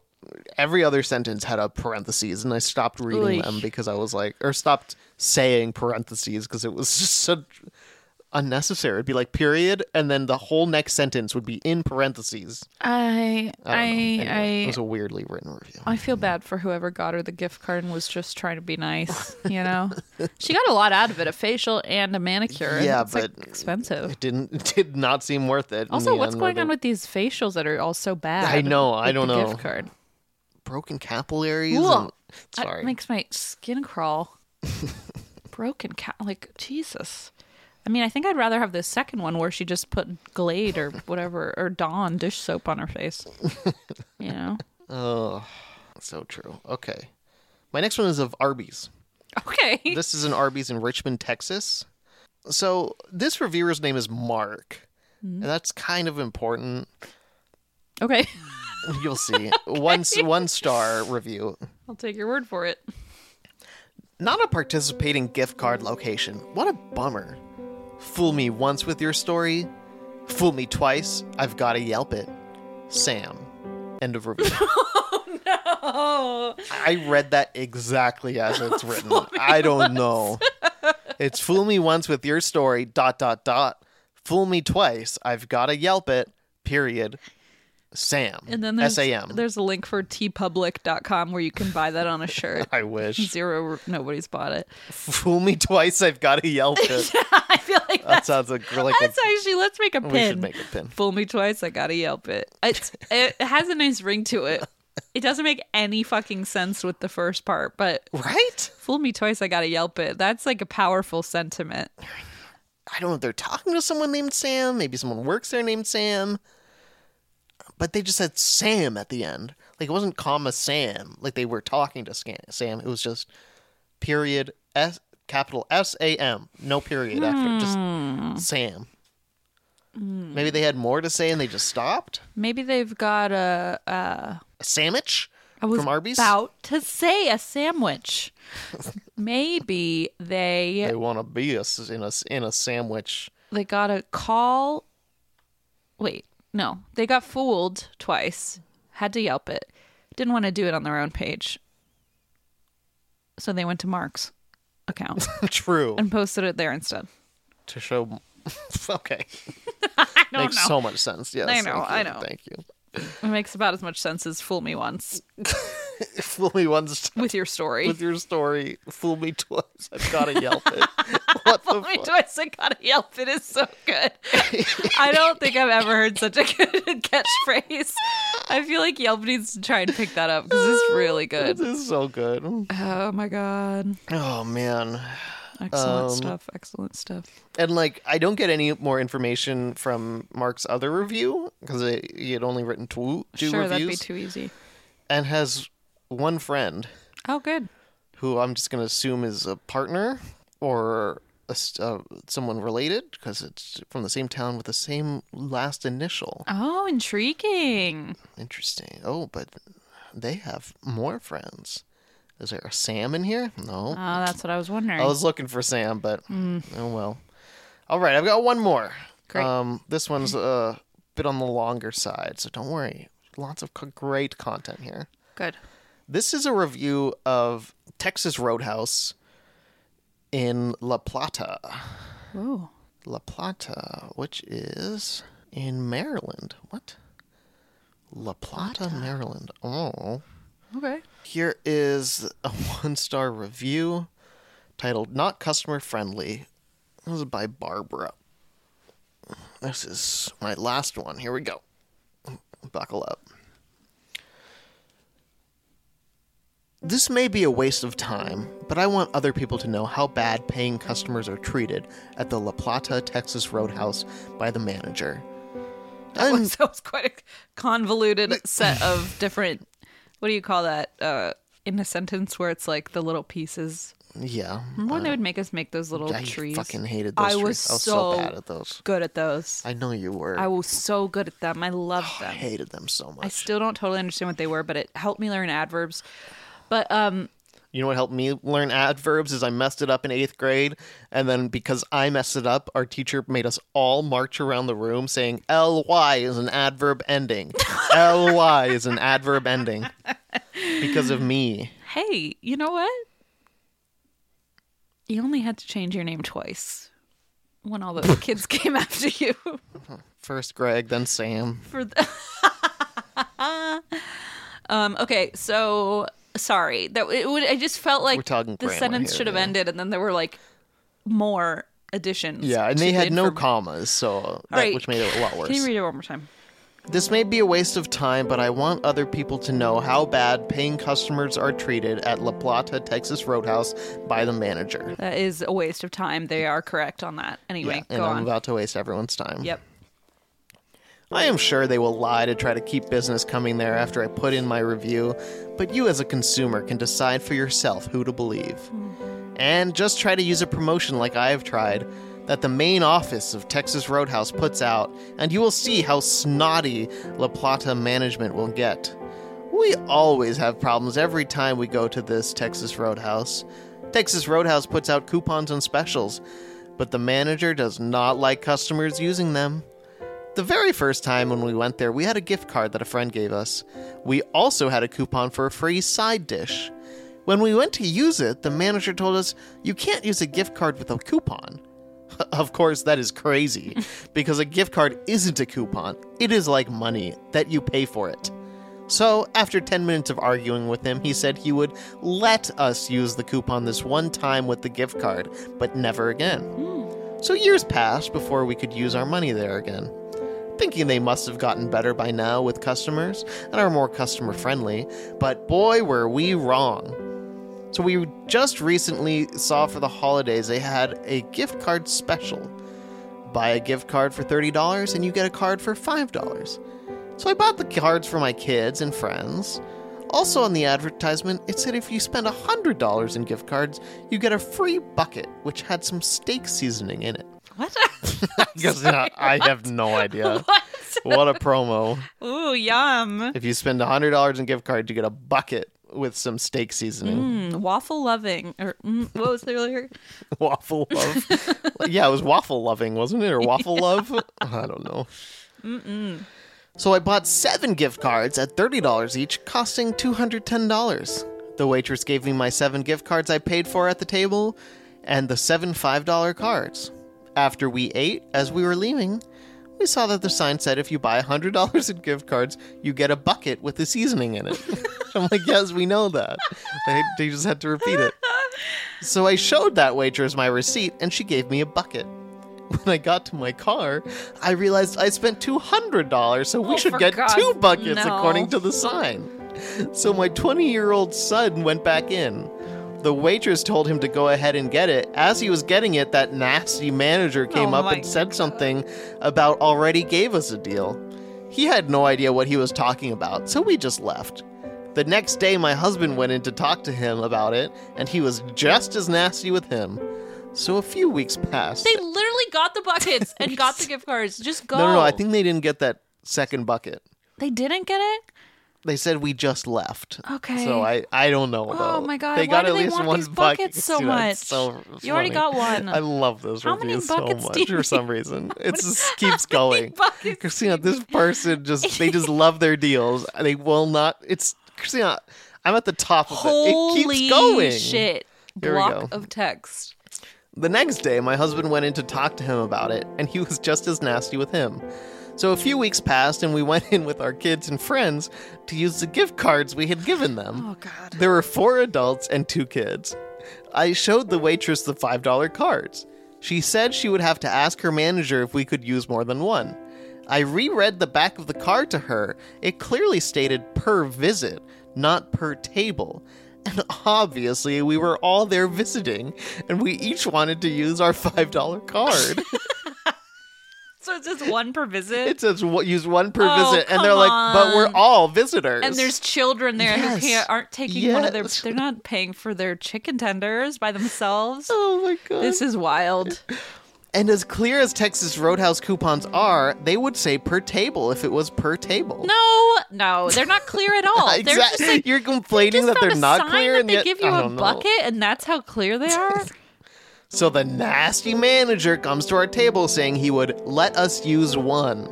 Speaker 7: every other sentence had a parentheses, and I stopped reading
Speaker 6: Oy.
Speaker 7: them because I was like, or stopped saying parentheses because it was just so unnecessary. It'd be like period, and then the whole next sentence would be in parentheses.
Speaker 6: I, I,
Speaker 7: I, don't know. Anyway, it
Speaker 6: I,
Speaker 7: was a weirdly written review.
Speaker 6: I feel bad for whoever got her the gift card and was just trying to be nice, you know? she got a lot out of it, a facial and a manicure. and
Speaker 7: Yeah,
Speaker 6: it's, like,
Speaker 7: but-
Speaker 6: expensive.
Speaker 7: It didn't it did not seem worth it. in
Speaker 6: Also,
Speaker 7: the
Speaker 6: what's
Speaker 7: end,
Speaker 6: going
Speaker 7: or
Speaker 6: on
Speaker 7: the
Speaker 6: with these facials that are all so bad?
Speaker 7: I know, I
Speaker 6: with
Speaker 7: don't
Speaker 6: the
Speaker 7: know.
Speaker 6: Gift card.
Speaker 7: broken capillaries?
Speaker 6: Ugh.
Speaker 7: And,
Speaker 6: That
Speaker 7: sorry.
Speaker 6: makes my skin crawl. Broken cat, like Jesus. I mean, I think I'd rather have the second one where she just put Glade or whatever or Dawn dish soap on her face. you know?
Speaker 7: Oh, so true. Okay. My next one is of Arby's.
Speaker 6: Okay.
Speaker 7: This is an Arby's in Richmond, Texas. So this reviewer's name is Mark,
Speaker 6: Hmm?
Speaker 7: and that's kind of important.
Speaker 6: okay.
Speaker 7: You'll see. One s- one star review.
Speaker 6: I'll take your word for it.
Speaker 7: Not a participating gift card location. What a bummer. Fool me once with your story. Fool me twice. I've got to Yelp it. Sam. End of review.
Speaker 6: Oh.
Speaker 7: I read that exactly as it's written. I don't know. It's fool me once with your story, dot, dot, dot. Fool me twice. I've got to Yelp it, period. Sam.
Speaker 6: And then there's,
Speaker 7: S-A-M.
Speaker 6: there's a link for tpublic.com where you can buy that on a shirt.
Speaker 7: I wish.
Speaker 6: Zero, nobody's bought it.
Speaker 7: Fool me twice. I've got to Yelp it.
Speaker 6: I feel like
Speaker 7: That
Speaker 6: that's,
Speaker 7: sounds like, like
Speaker 6: that's actually, let's make a
Speaker 7: a,
Speaker 6: pin.
Speaker 7: we should make a pin.
Speaker 6: Fool me twice, I gotta yelp it. It's, it has a nice ring to it. It doesn't make any fucking sense with the first part, but
Speaker 7: Right?
Speaker 6: fool me twice, I gotta yelp it. That's like a powerful sentiment.
Speaker 7: I don't know if they're talking to someone named Sam. Maybe someone works there named Sam. But they just said Sam at the end. Like it wasn't comma Sam. Like they were talking to Sca- Sam. It was just period S capital S A M. No period after.
Speaker 6: Hmm.
Speaker 7: Just Sam. Maybe they had more to say and they just stopped.
Speaker 6: Maybe they've got a. a
Speaker 7: A sandwich
Speaker 6: I was
Speaker 7: from Arby's.
Speaker 6: about to say a sandwich. Maybe they
Speaker 7: They want to be a s in a s- in a sandwich.
Speaker 6: they got a call. Wait, no, they got fooled twice. Had to yelp it. Didn't want to do it on their own page, so they went to Mark's account.
Speaker 7: True.
Speaker 6: and posted it there instead.
Speaker 7: to show. okay.
Speaker 6: I don't
Speaker 7: Makes
Speaker 6: know.
Speaker 7: so much sense. Yes.
Speaker 6: I know,
Speaker 7: thank
Speaker 6: I
Speaker 7: you,
Speaker 6: know.
Speaker 7: Thank you.
Speaker 6: it makes about as much sense as fool me once
Speaker 7: fool me once
Speaker 6: with your story.
Speaker 7: with your story, fool me twice. I've got to yelp it. What the
Speaker 6: fool me
Speaker 7: fuck?
Speaker 6: twice, I gotta yelp. It is so good. I don't think I've ever heard such a good catchphrase. I feel like Yelp needs to try and pick that up because it's really
Speaker 7: This
Speaker 6: good.
Speaker 7: is so good.
Speaker 6: Oh my god.
Speaker 7: Oh man.
Speaker 6: Excellent
Speaker 7: Um,
Speaker 6: stuff. Excellent stuff.
Speaker 7: And like, I don't get any more information from Mark's other review because he had only written two, two
Speaker 6: sure, that'd be
Speaker 7: reviews
Speaker 6: too easy.
Speaker 7: and has one friend
Speaker 6: Oh, good.
Speaker 7: who I'm just gonna assume is a partner or a s uh, someone related because it's from the same town with the same last initial.
Speaker 6: Oh, intriguing.
Speaker 7: Interesting. Oh, but they have more friends. Is there a Sam in here? No.
Speaker 6: Oh, that's what I was wondering.
Speaker 7: I was looking for Sam, but oh well. All right, I've got one more.
Speaker 6: Great.
Speaker 7: Um, this one's a bit on the longer side, so don't worry. Lots of co- great content here.
Speaker 6: good.
Speaker 7: This is a review of Texas Roadhouse in La Plata.
Speaker 6: Oh,
Speaker 7: La Plata, which is in Maryland. What? La Plata, Maryland. Oh.
Speaker 6: okay.
Speaker 7: Here is a one star review. titled Not Customer Friendly. This is by Barbara. This is my last one. Here we go. Buckle up. This may be a waste of time, but I want other people to know how bad paying customers are treated at the La Plata, Texas Roadhouse by the manager.
Speaker 6: That was, that was quite a convoluted set of different. What do you call that? Uh, in a sentence where it's like the little pieces.
Speaker 7: Yeah.
Speaker 6: Remember when they would make us make those little
Speaker 7: Uh, I
Speaker 6: trees?
Speaker 7: fucking hated those
Speaker 6: I
Speaker 7: trees.
Speaker 6: was
Speaker 7: I was
Speaker 6: so,
Speaker 7: so bad at those.
Speaker 6: Good at those.
Speaker 7: I know you were.
Speaker 6: I was so good at them. I loved
Speaker 7: I
Speaker 6: them.
Speaker 7: hated them so much.
Speaker 6: I still don't totally understand what they were, but it helped me learn adverbs. But um,
Speaker 7: You know what helped me learn adverbs is I messed it up in eighth grade, and then because I messed it up, our teacher made us all march around the room saying "ly" is an adverb ending. "ly" is an adverb ending because of me.
Speaker 6: hey, you know what? You only had to change your name twice when all the kids came after you
Speaker 7: First Greg, then Sam.
Speaker 6: for the. um. Okay. So sorry that it would. I just felt like
Speaker 7: We're talking
Speaker 6: the
Speaker 7: grammar
Speaker 6: sentence
Speaker 7: here,
Speaker 6: should have
Speaker 7: yeah.
Speaker 6: ended, and then there were like more additions.
Speaker 7: Yeah, and
Speaker 6: to
Speaker 7: they
Speaker 6: the
Speaker 7: had no
Speaker 6: inform-
Speaker 7: commas, so that,
Speaker 6: All right,
Speaker 7: which made it a lot worse.
Speaker 6: Can you read it one more time?
Speaker 7: This may be a waste of time, but I want other people to know how bad paying customers are treated at La Plata, Texas Roadhouse by the manager.
Speaker 6: That is a waste of time. They are correct on that. Anyway,
Speaker 7: and
Speaker 6: go
Speaker 7: I'm
Speaker 6: on.
Speaker 7: about to waste everyone's time.
Speaker 6: yep.
Speaker 7: I am sure they will lie to try to keep business coming there after I put in my review, but you as a consumer can decide for yourself who to believe. And just try to use a promotion like I have tried that the main office of Texas Roadhouse puts out, and you will see how snotty La Plata management will get. We always have problems every time we go to this Texas Roadhouse. Texas Roadhouse puts out coupons and specials, but the manager does not like customers using them. The very first time when we went there, we had a gift card that a friend gave us. We also had a coupon for a free side dish. When we went to use it, the manager told us, You can't use a gift card with a coupon. Of course, that is crazy, because a gift card isn't a coupon. It is like money that you pay for it. So, after 10 minutes of arguing with him, he said he would let us use the coupon this one time with the gift card, but never again. So, years passed before we could use our money there again. Thinking they must have gotten better by now with customers and are more customer friendly, but boy, were we wrong. So, we just recently saw for the holidays they had a gift card special. Buy a gift card for $30 and you get a card for $5. So I bought the cards for my kids and friends. Also, on the advertisement, it said if you spend $100 in gift cards, you get a free bucket, which had some steak seasoning in it.
Speaker 6: What?
Speaker 7: Because I have no idea.
Speaker 6: what?
Speaker 7: What a promo.
Speaker 6: Ooh, yum.
Speaker 7: If you spend $100 in gift cards, you get a bucket with some steak seasoning.
Speaker 6: Mm, waffle loving. Or mm, what was the earlier?
Speaker 7: Waffle love. yeah, it was waffle loving, wasn't it? Or waffle love? I don't know. So I bought seven gift cards at $30 each, costing $210. The waitress gave me my seven gift cards I paid for at the table and the seven $5 cards. After we ate, as we were leaving, we saw that the sign said if you buy $100 in gift cards, you get a bucket with the seasoning in it. I'm like, yes, we know that. They, they just had to repeat it. So I showed that waitress my receipt and she gave me a bucket. When I got to my car, I realized I spent $200, so we
Speaker 6: Oh,
Speaker 7: should
Speaker 6: for
Speaker 7: get
Speaker 6: God's-
Speaker 7: two buckets
Speaker 6: no.
Speaker 7: according to the sign. So my 20 year old son went back in. The waitress told him to go ahead and get it. As he was getting it, that nasty manager came
Speaker 6: Oh
Speaker 7: up
Speaker 6: my
Speaker 7: and said something about already gave us a deal. He had no idea what he was talking about, so we just left. The next day, my husband went in to talk to him about it, and he was just as nasty with him. So a few weeks passed.
Speaker 6: They literally got the buckets and got the gift cards. Just go.
Speaker 7: no, no, no, I think they didn't get that second bucket.
Speaker 6: they didn't get it.
Speaker 7: They said we just left.
Speaker 6: Okay.
Speaker 7: So I, I don't know.
Speaker 6: Oh
Speaker 7: though.
Speaker 6: my God,
Speaker 7: They
Speaker 6: why
Speaker 7: got
Speaker 6: do
Speaker 7: at
Speaker 6: they
Speaker 7: least
Speaker 6: want
Speaker 7: one
Speaker 6: these
Speaker 7: bucket.
Speaker 6: buckets so
Speaker 7: Dude, it's
Speaker 6: much?
Speaker 7: so
Speaker 6: You already
Speaker 7: funny.
Speaker 6: got one.
Speaker 7: I love those
Speaker 6: How many
Speaker 7: reviews so
Speaker 6: buckets do
Speaker 7: much
Speaker 6: you
Speaker 7: for some reason. It just keeps
Speaker 6: how many
Speaker 7: going.
Speaker 6: buckets
Speaker 7: Christina, this person just they just love their deals. They will not. It's Christina. I'm at the top of
Speaker 6: Holy
Speaker 7: it. It keeps going.
Speaker 6: shit!
Speaker 7: Here we
Speaker 6: Block
Speaker 7: go.
Speaker 6: of text.
Speaker 7: The next day, my husband went in to talk to him about it, and he was just as nasty with him. So a few weeks passed, and we went in with our kids and friends to use the gift cards we had given them.
Speaker 6: Oh God.
Speaker 7: There were four adults and two kids. I showed the waitress the $5 cards. She said she would have to ask her manager if we could use more than one. I reread the back of the card to her. It clearly stated per visit, not per table. And obviously, we were all there visiting, and we each wanted to use our $5 card.
Speaker 6: So it's just one per visit.
Speaker 7: it says "What- use one per
Speaker 6: Oh,
Speaker 7: visit, and they're
Speaker 6: come
Speaker 7: like, but we're
Speaker 6: on."
Speaker 7: all visitors.
Speaker 6: and there's children there
Speaker 7: Yes.
Speaker 6: who can't, aren't taking one of their.
Speaker 7: Yes.
Speaker 6: They're not paying for their chicken tenders by themselves.
Speaker 7: Oh my god.
Speaker 6: This is wild.
Speaker 7: And as clear as Texas Roadhouse coupons are, they would say per table if it was per table.
Speaker 6: No, no, they're not clear at all. They're just
Speaker 7: Exactly.
Speaker 6: like
Speaker 7: You're
Speaker 6: just
Speaker 7: complaining that
Speaker 6: found
Speaker 7: they're
Speaker 6: a
Speaker 7: not
Speaker 6: sign
Speaker 7: clear,
Speaker 6: that
Speaker 7: and
Speaker 6: they
Speaker 7: yet
Speaker 6: give
Speaker 7: I
Speaker 6: you a
Speaker 7: don't know.
Speaker 6: bucket, and that's how clear they are.
Speaker 7: So the nasty manager comes to our table saying he would let us use one.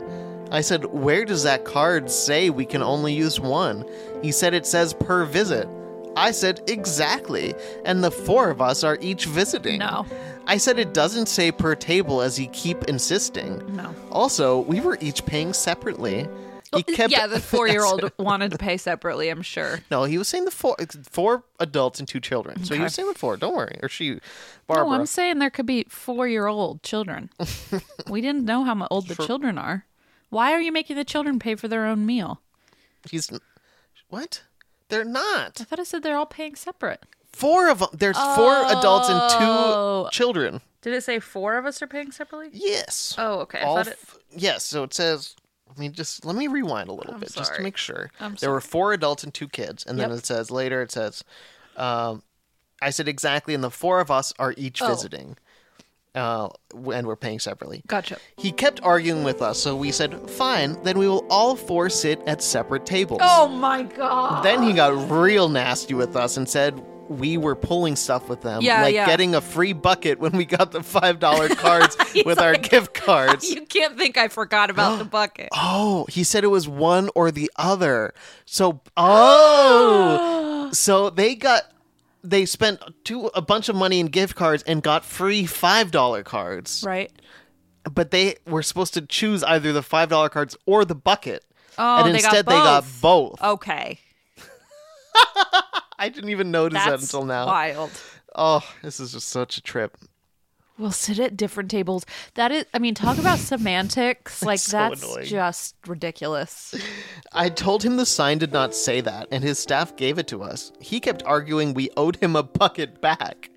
Speaker 7: I said, Where does that card say we can only use one? He said it says per visit. I said, Exactly. And the four of us are each visiting.
Speaker 6: No.
Speaker 7: I said it doesn't say per table as he keep insisting.
Speaker 6: No.
Speaker 7: Also, we were each paying separately. He kept
Speaker 6: yeah, the four-year-old wanted to pay separately. I'm sure.
Speaker 7: No, he was saying the four four adults and two children. So he was saying the four. Don't worry. Or she, Barbara.
Speaker 6: No, I'm saying there could be four-year-old children. we didn't know how mu- old the children are. Why are you making the children pay for their own meal?
Speaker 7: He's what? They're not.
Speaker 6: I thought I said they're all paying separate.
Speaker 7: Four of them. There's four adults
Speaker 6: Oh.
Speaker 7: and two children.
Speaker 6: Did it say four of us are paying separately?
Speaker 7: Yes.
Speaker 6: Oh, okay. I
Speaker 7: All
Speaker 6: thought it.
Speaker 7: f- yes. So it says. Let me just let me rewind a little
Speaker 6: I'm
Speaker 7: bit just to
Speaker 6: sorry.
Speaker 7: make sure.
Speaker 6: I'm
Speaker 7: there were four adults and two kids, and then
Speaker 6: Yep.
Speaker 7: it says later it says, um, I said exactly, and the four of us are each
Speaker 6: Oh.
Speaker 7: visiting, uh, and we're paying separately.
Speaker 6: Gotcha.
Speaker 7: He kept arguing with us, so we said, "Fine, then we will all four sit at separate tables."
Speaker 6: Oh my god.
Speaker 7: Then he got real nasty with us and said we were pulling stuff with them,
Speaker 6: Yeah,
Speaker 7: like
Speaker 6: yeah.
Speaker 7: getting a free bucket when we got the five dollar cards with our gift cards.
Speaker 6: You can't think I forgot about the bucket.
Speaker 7: Oh, he said it was one or the other. So oh, so they got they spent two a bunch of money in gift cards and got free five dollar cards,
Speaker 6: Right.
Speaker 7: but they were supposed to choose either the five dollar cards or the bucket.
Speaker 6: Oh,
Speaker 7: and
Speaker 6: they got Oh,
Speaker 7: instead they got both.
Speaker 6: Okay.
Speaker 7: I didn't even notice that
Speaker 6: That's
Speaker 7: until now.
Speaker 6: wild.
Speaker 7: Oh, this is just such a trip.
Speaker 6: We'll sit at different tables. That is, I mean, talk about semantics. Like,
Speaker 7: so
Speaker 6: that's
Speaker 7: annoying.
Speaker 6: just ridiculous.
Speaker 7: I told him the sign did not say that, and his staff gave it to us. He kept arguing we owed him a bucket back.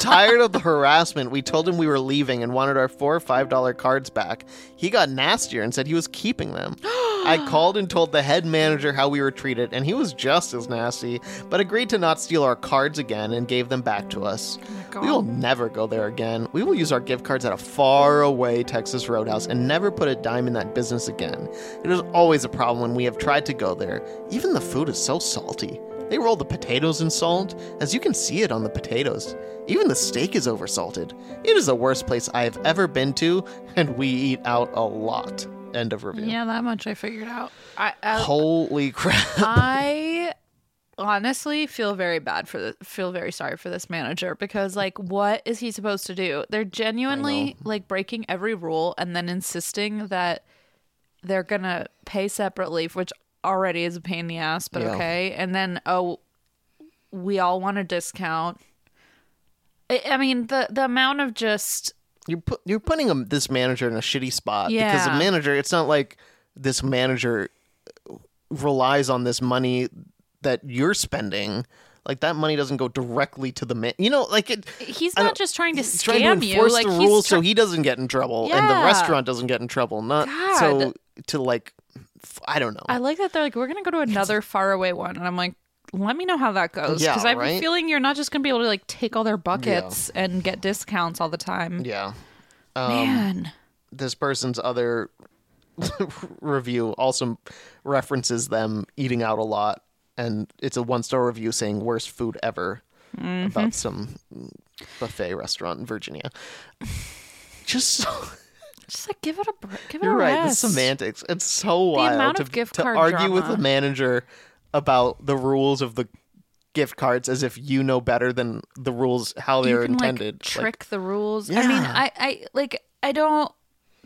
Speaker 7: Tired of the harassment, we told him we were leaving and wanted our four or five dollar cards back. He got nastier and said he was keeping them. I called and told the head manager how we were treated, and he was just as nasty, but agreed to not steal our cards again and gave them back to us. we will never go there again. We will use our gift cards at a far away Texas Roadhouse and never put a dime in that business again. It is always a problem when we have tried to go there. Even the food is so salty. They roll the potatoes in salt, as you can see it on the potatoes. Even the steak is oversalted. It is the worst place I have ever been to, and we eat out a lot. End of review.
Speaker 6: Yeah, that much I figured out. I, I,
Speaker 7: Holy crap.
Speaker 6: I honestly feel very bad for the feel very sorry for this manager because like what is he supposed to do? They're genuinely like breaking every rule and then insisting that they're going to pay separately, which already is a pain in the ass, but
Speaker 7: Yeah.
Speaker 6: okay. And then oh we all want a discount. I, I mean the the amount of just
Speaker 7: You're, pu- you're putting a, this manager in a shitty spot because the
Speaker 6: Yeah.
Speaker 7: manager, it's not like this manager uh, relies on this money that you're spending. Like that money doesn't go directly to the man. You know, like it.
Speaker 6: he's
Speaker 7: I
Speaker 6: not
Speaker 7: don't-
Speaker 6: just trying to scam
Speaker 7: he's trying to
Speaker 6: you
Speaker 7: enforce
Speaker 6: like
Speaker 7: the
Speaker 6: he's
Speaker 7: rules so
Speaker 6: try-
Speaker 7: he doesn't get in trouble and the
Speaker 6: Yeah.
Speaker 7: restaurant doesn't get in trouble. Not so to like, f- I don't know.
Speaker 6: I like that they're like, we're gonna go to another faraway one, and I'm like, let me know how that goes
Speaker 7: Yeah,
Speaker 6: because I have
Speaker 7: right?
Speaker 6: a feeling you're not just gonna be able to like take all their buckets and get discounts all the time.
Speaker 7: yeah. Um,
Speaker 6: Man,
Speaker 7: this person's other review also references them eating out a lot and it's a one star review saying worst food ever
Speaker 6: Mm-hmm.
Speaker 7: about some buffet restaurant in virginia just so,
Speaker 6: Oh, just like give it a br- give it
Speaker 7: you're
Speaker 6: a
Speaker 7: right the
Speaker 6: rest.
Speaker 7: semantics it's so wild
Speaker 6: amount
Speaker 7: to,
Speaker 6: of gift
Speaker 7: to
Speaker 6: card
Speaker 7: argue with the
Speaker 6: drama.
Speaker 7: manager about the rules of the gift cards as if you know better than the rules how
Speaker 6: you
Speaker 7: they're
Speaker 6: can
Speaker 7: intended
Speaker 6: like
Speaker 7: Like,
Speaker 6: trick the rules. I mean,
Speaker 7: Yeah.
Speaker 6: I I like I don't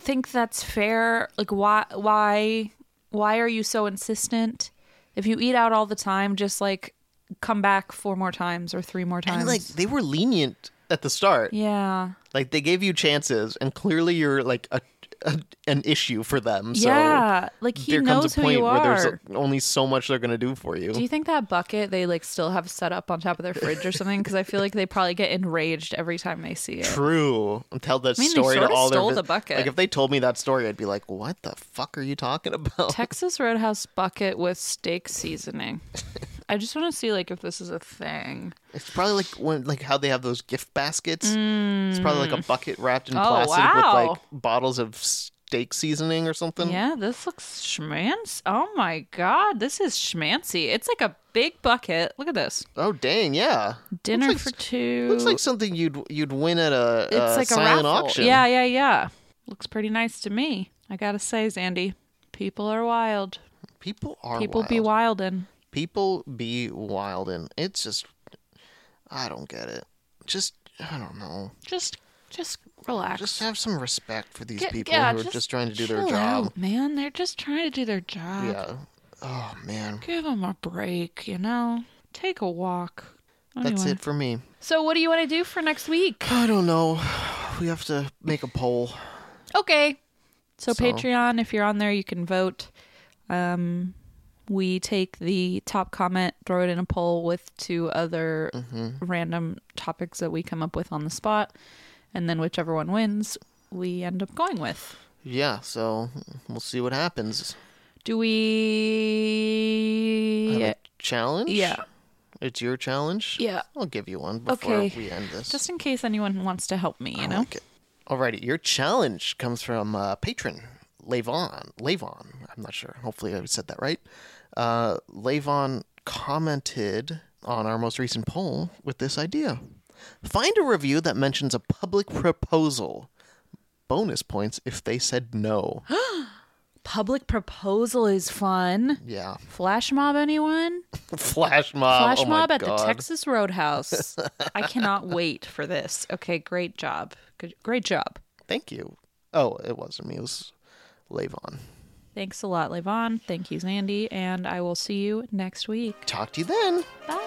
Speaker 6: think that's fair. Like why why why are you so insistent? If you eat out all the time, just like come back four more times or three more times.
Speaker 7: And like they were lenient at the start.
Speaker 6: yeah.
Speaker 7: Like they gave you chances, and clearly you're like a, a an issue for them. So
Speaker 6: Yeah, like, he
Speaker 7: there
Speaker 6: knows
Speaker 7: comes a
Speaker 6: who you
Speaker 7: point where there's
Speaker 6: are.
Speaker 7: only so much they're gonna do for you.
Speaker 6: Do you think that bucket they like still have set up on top of their fridge or something? Because I feel like they probably get enraged every time they see it.
Speaker 7: True. And tell that
Speaker 6: I mean, they
Speaker 7: story
Speaker 6: sorta
Speaker 7: to all
Speaker 6: stole
Speaker 7: their
Speaker 6: the bucket.
Speaker 7: Like if they told me that story, I'd be like, "What the fuck are you talking about?"
Speaker 6: Texas Roadhouse bucket with steak seasoning. I just want to see like if this is a thing.
Speaker 7: It's probably like when like how they have those gift baskets. It's probably like a bucket wrapped in
Speaker 6: Oh,
Speaker 7: plastic with
Speaker 6: wow.
Speaker 7: like bottles of steak seasoning or something.
Speaker 6: Yeah, this looks schmancy. Oh my god, this is schmancy. It's like a big bucket. Look at this.
Speaker 7: Oh dang, yeah.
Speaker 6: Dinner
Speaker 7: Looks
Speaker 6: for
Speaker 7: like-
Speaker 6: two.
Speaker 7: Looks like something you'd you'd win at a,
Speaker 6: it's
Speaker 7: uh,
Speaker 6: like a
Speaker 7: silent
Speaker 6: raffle.
Speaker 7: auction.
Speaker 6: Yeah, yeah, yeah. Looks pretty nice to me. I gotta say, Zandy, people are wild.
Speaker 7: People are
Speaker 6: people
Speaker 7: wild.
Speaker 6: be wildin'.
Speaker 7: People be wild and it's just I don't get it. Just I don't know.
Speaker 6: Just, just relax.
Speaker 7: Just have some respect for these
Speaker 6: Get-
Speaker 7: people
Speaker 6: yeah,
Speaker 7: who are just, trying to do their
Speaker 6: chill
Speaker 7: job.
Speaker 6: out, man, they're just trying to do their job.
Speaker 7: Yeah. Oh man.
Speaker 6: Give them a break, you know. Take a walk.
Speaker 7: That's
Speaker 6: Anyway.
Speaker 7: it for me.
Speaker 6: So, what do you want to do for next week?
Speaker 7: I don't know. We have to make a poll.
Speaker 6: Okay. So,
Speaker 7: So-
Speaker 6: Patreon, if you're on there, you can vote. Um, we take the top comment, throw it in a poll with two other
Speaker 7: Mm-hmm.
Speaker 6: random topics that we come up with on the spot, and then whichever one wins, we end up going with.
Speaker 7: Yeah, so we'll see what happens.
Speaker 6: Do we?
Speaker 7: Have a challenge?
Speaker 6: Yeah.
Speaker 7: It's your challenge?
Speaker 6: Yeah.
Speaker 7: I'll give you one before
Speaker 6: Okay.
Speaker 7: we end this.
Speaker 6: Just in case anyone wants to help me, you
Speaker 7: I
Speaker 6: know?
Speaker 7: like it. Alrighty, your challenge comes from uh, patron Levon. Levon, I'm not sure. Hopefully, I said that right. Uh, Levon commented on our most recent poll with this idea: find a review that mentions a public proposal. Bonus points if they said no.
Speaker 6: Public proposal is fun.
Speaker 7: yeah,
Speaker 6: Flash mob, anyone?
Speaker 7: flash mob.
Speaker 6: Flash
Speaker 7: oh my
Speaker 6: mob at the
Speaker 7: God.
Speaker 6: Texas Roadhouse. I cannot wait for this. Okay, great job. Good, great job.
Speaker 7: Thank you. Oh, it wasn't me. It was Levon.
Speaker 6: Thanks a lot, Levon. Thank you, Zandy. And I will see you next week.
Speaker 7: Talk to you then.
Speaker 6: Bye.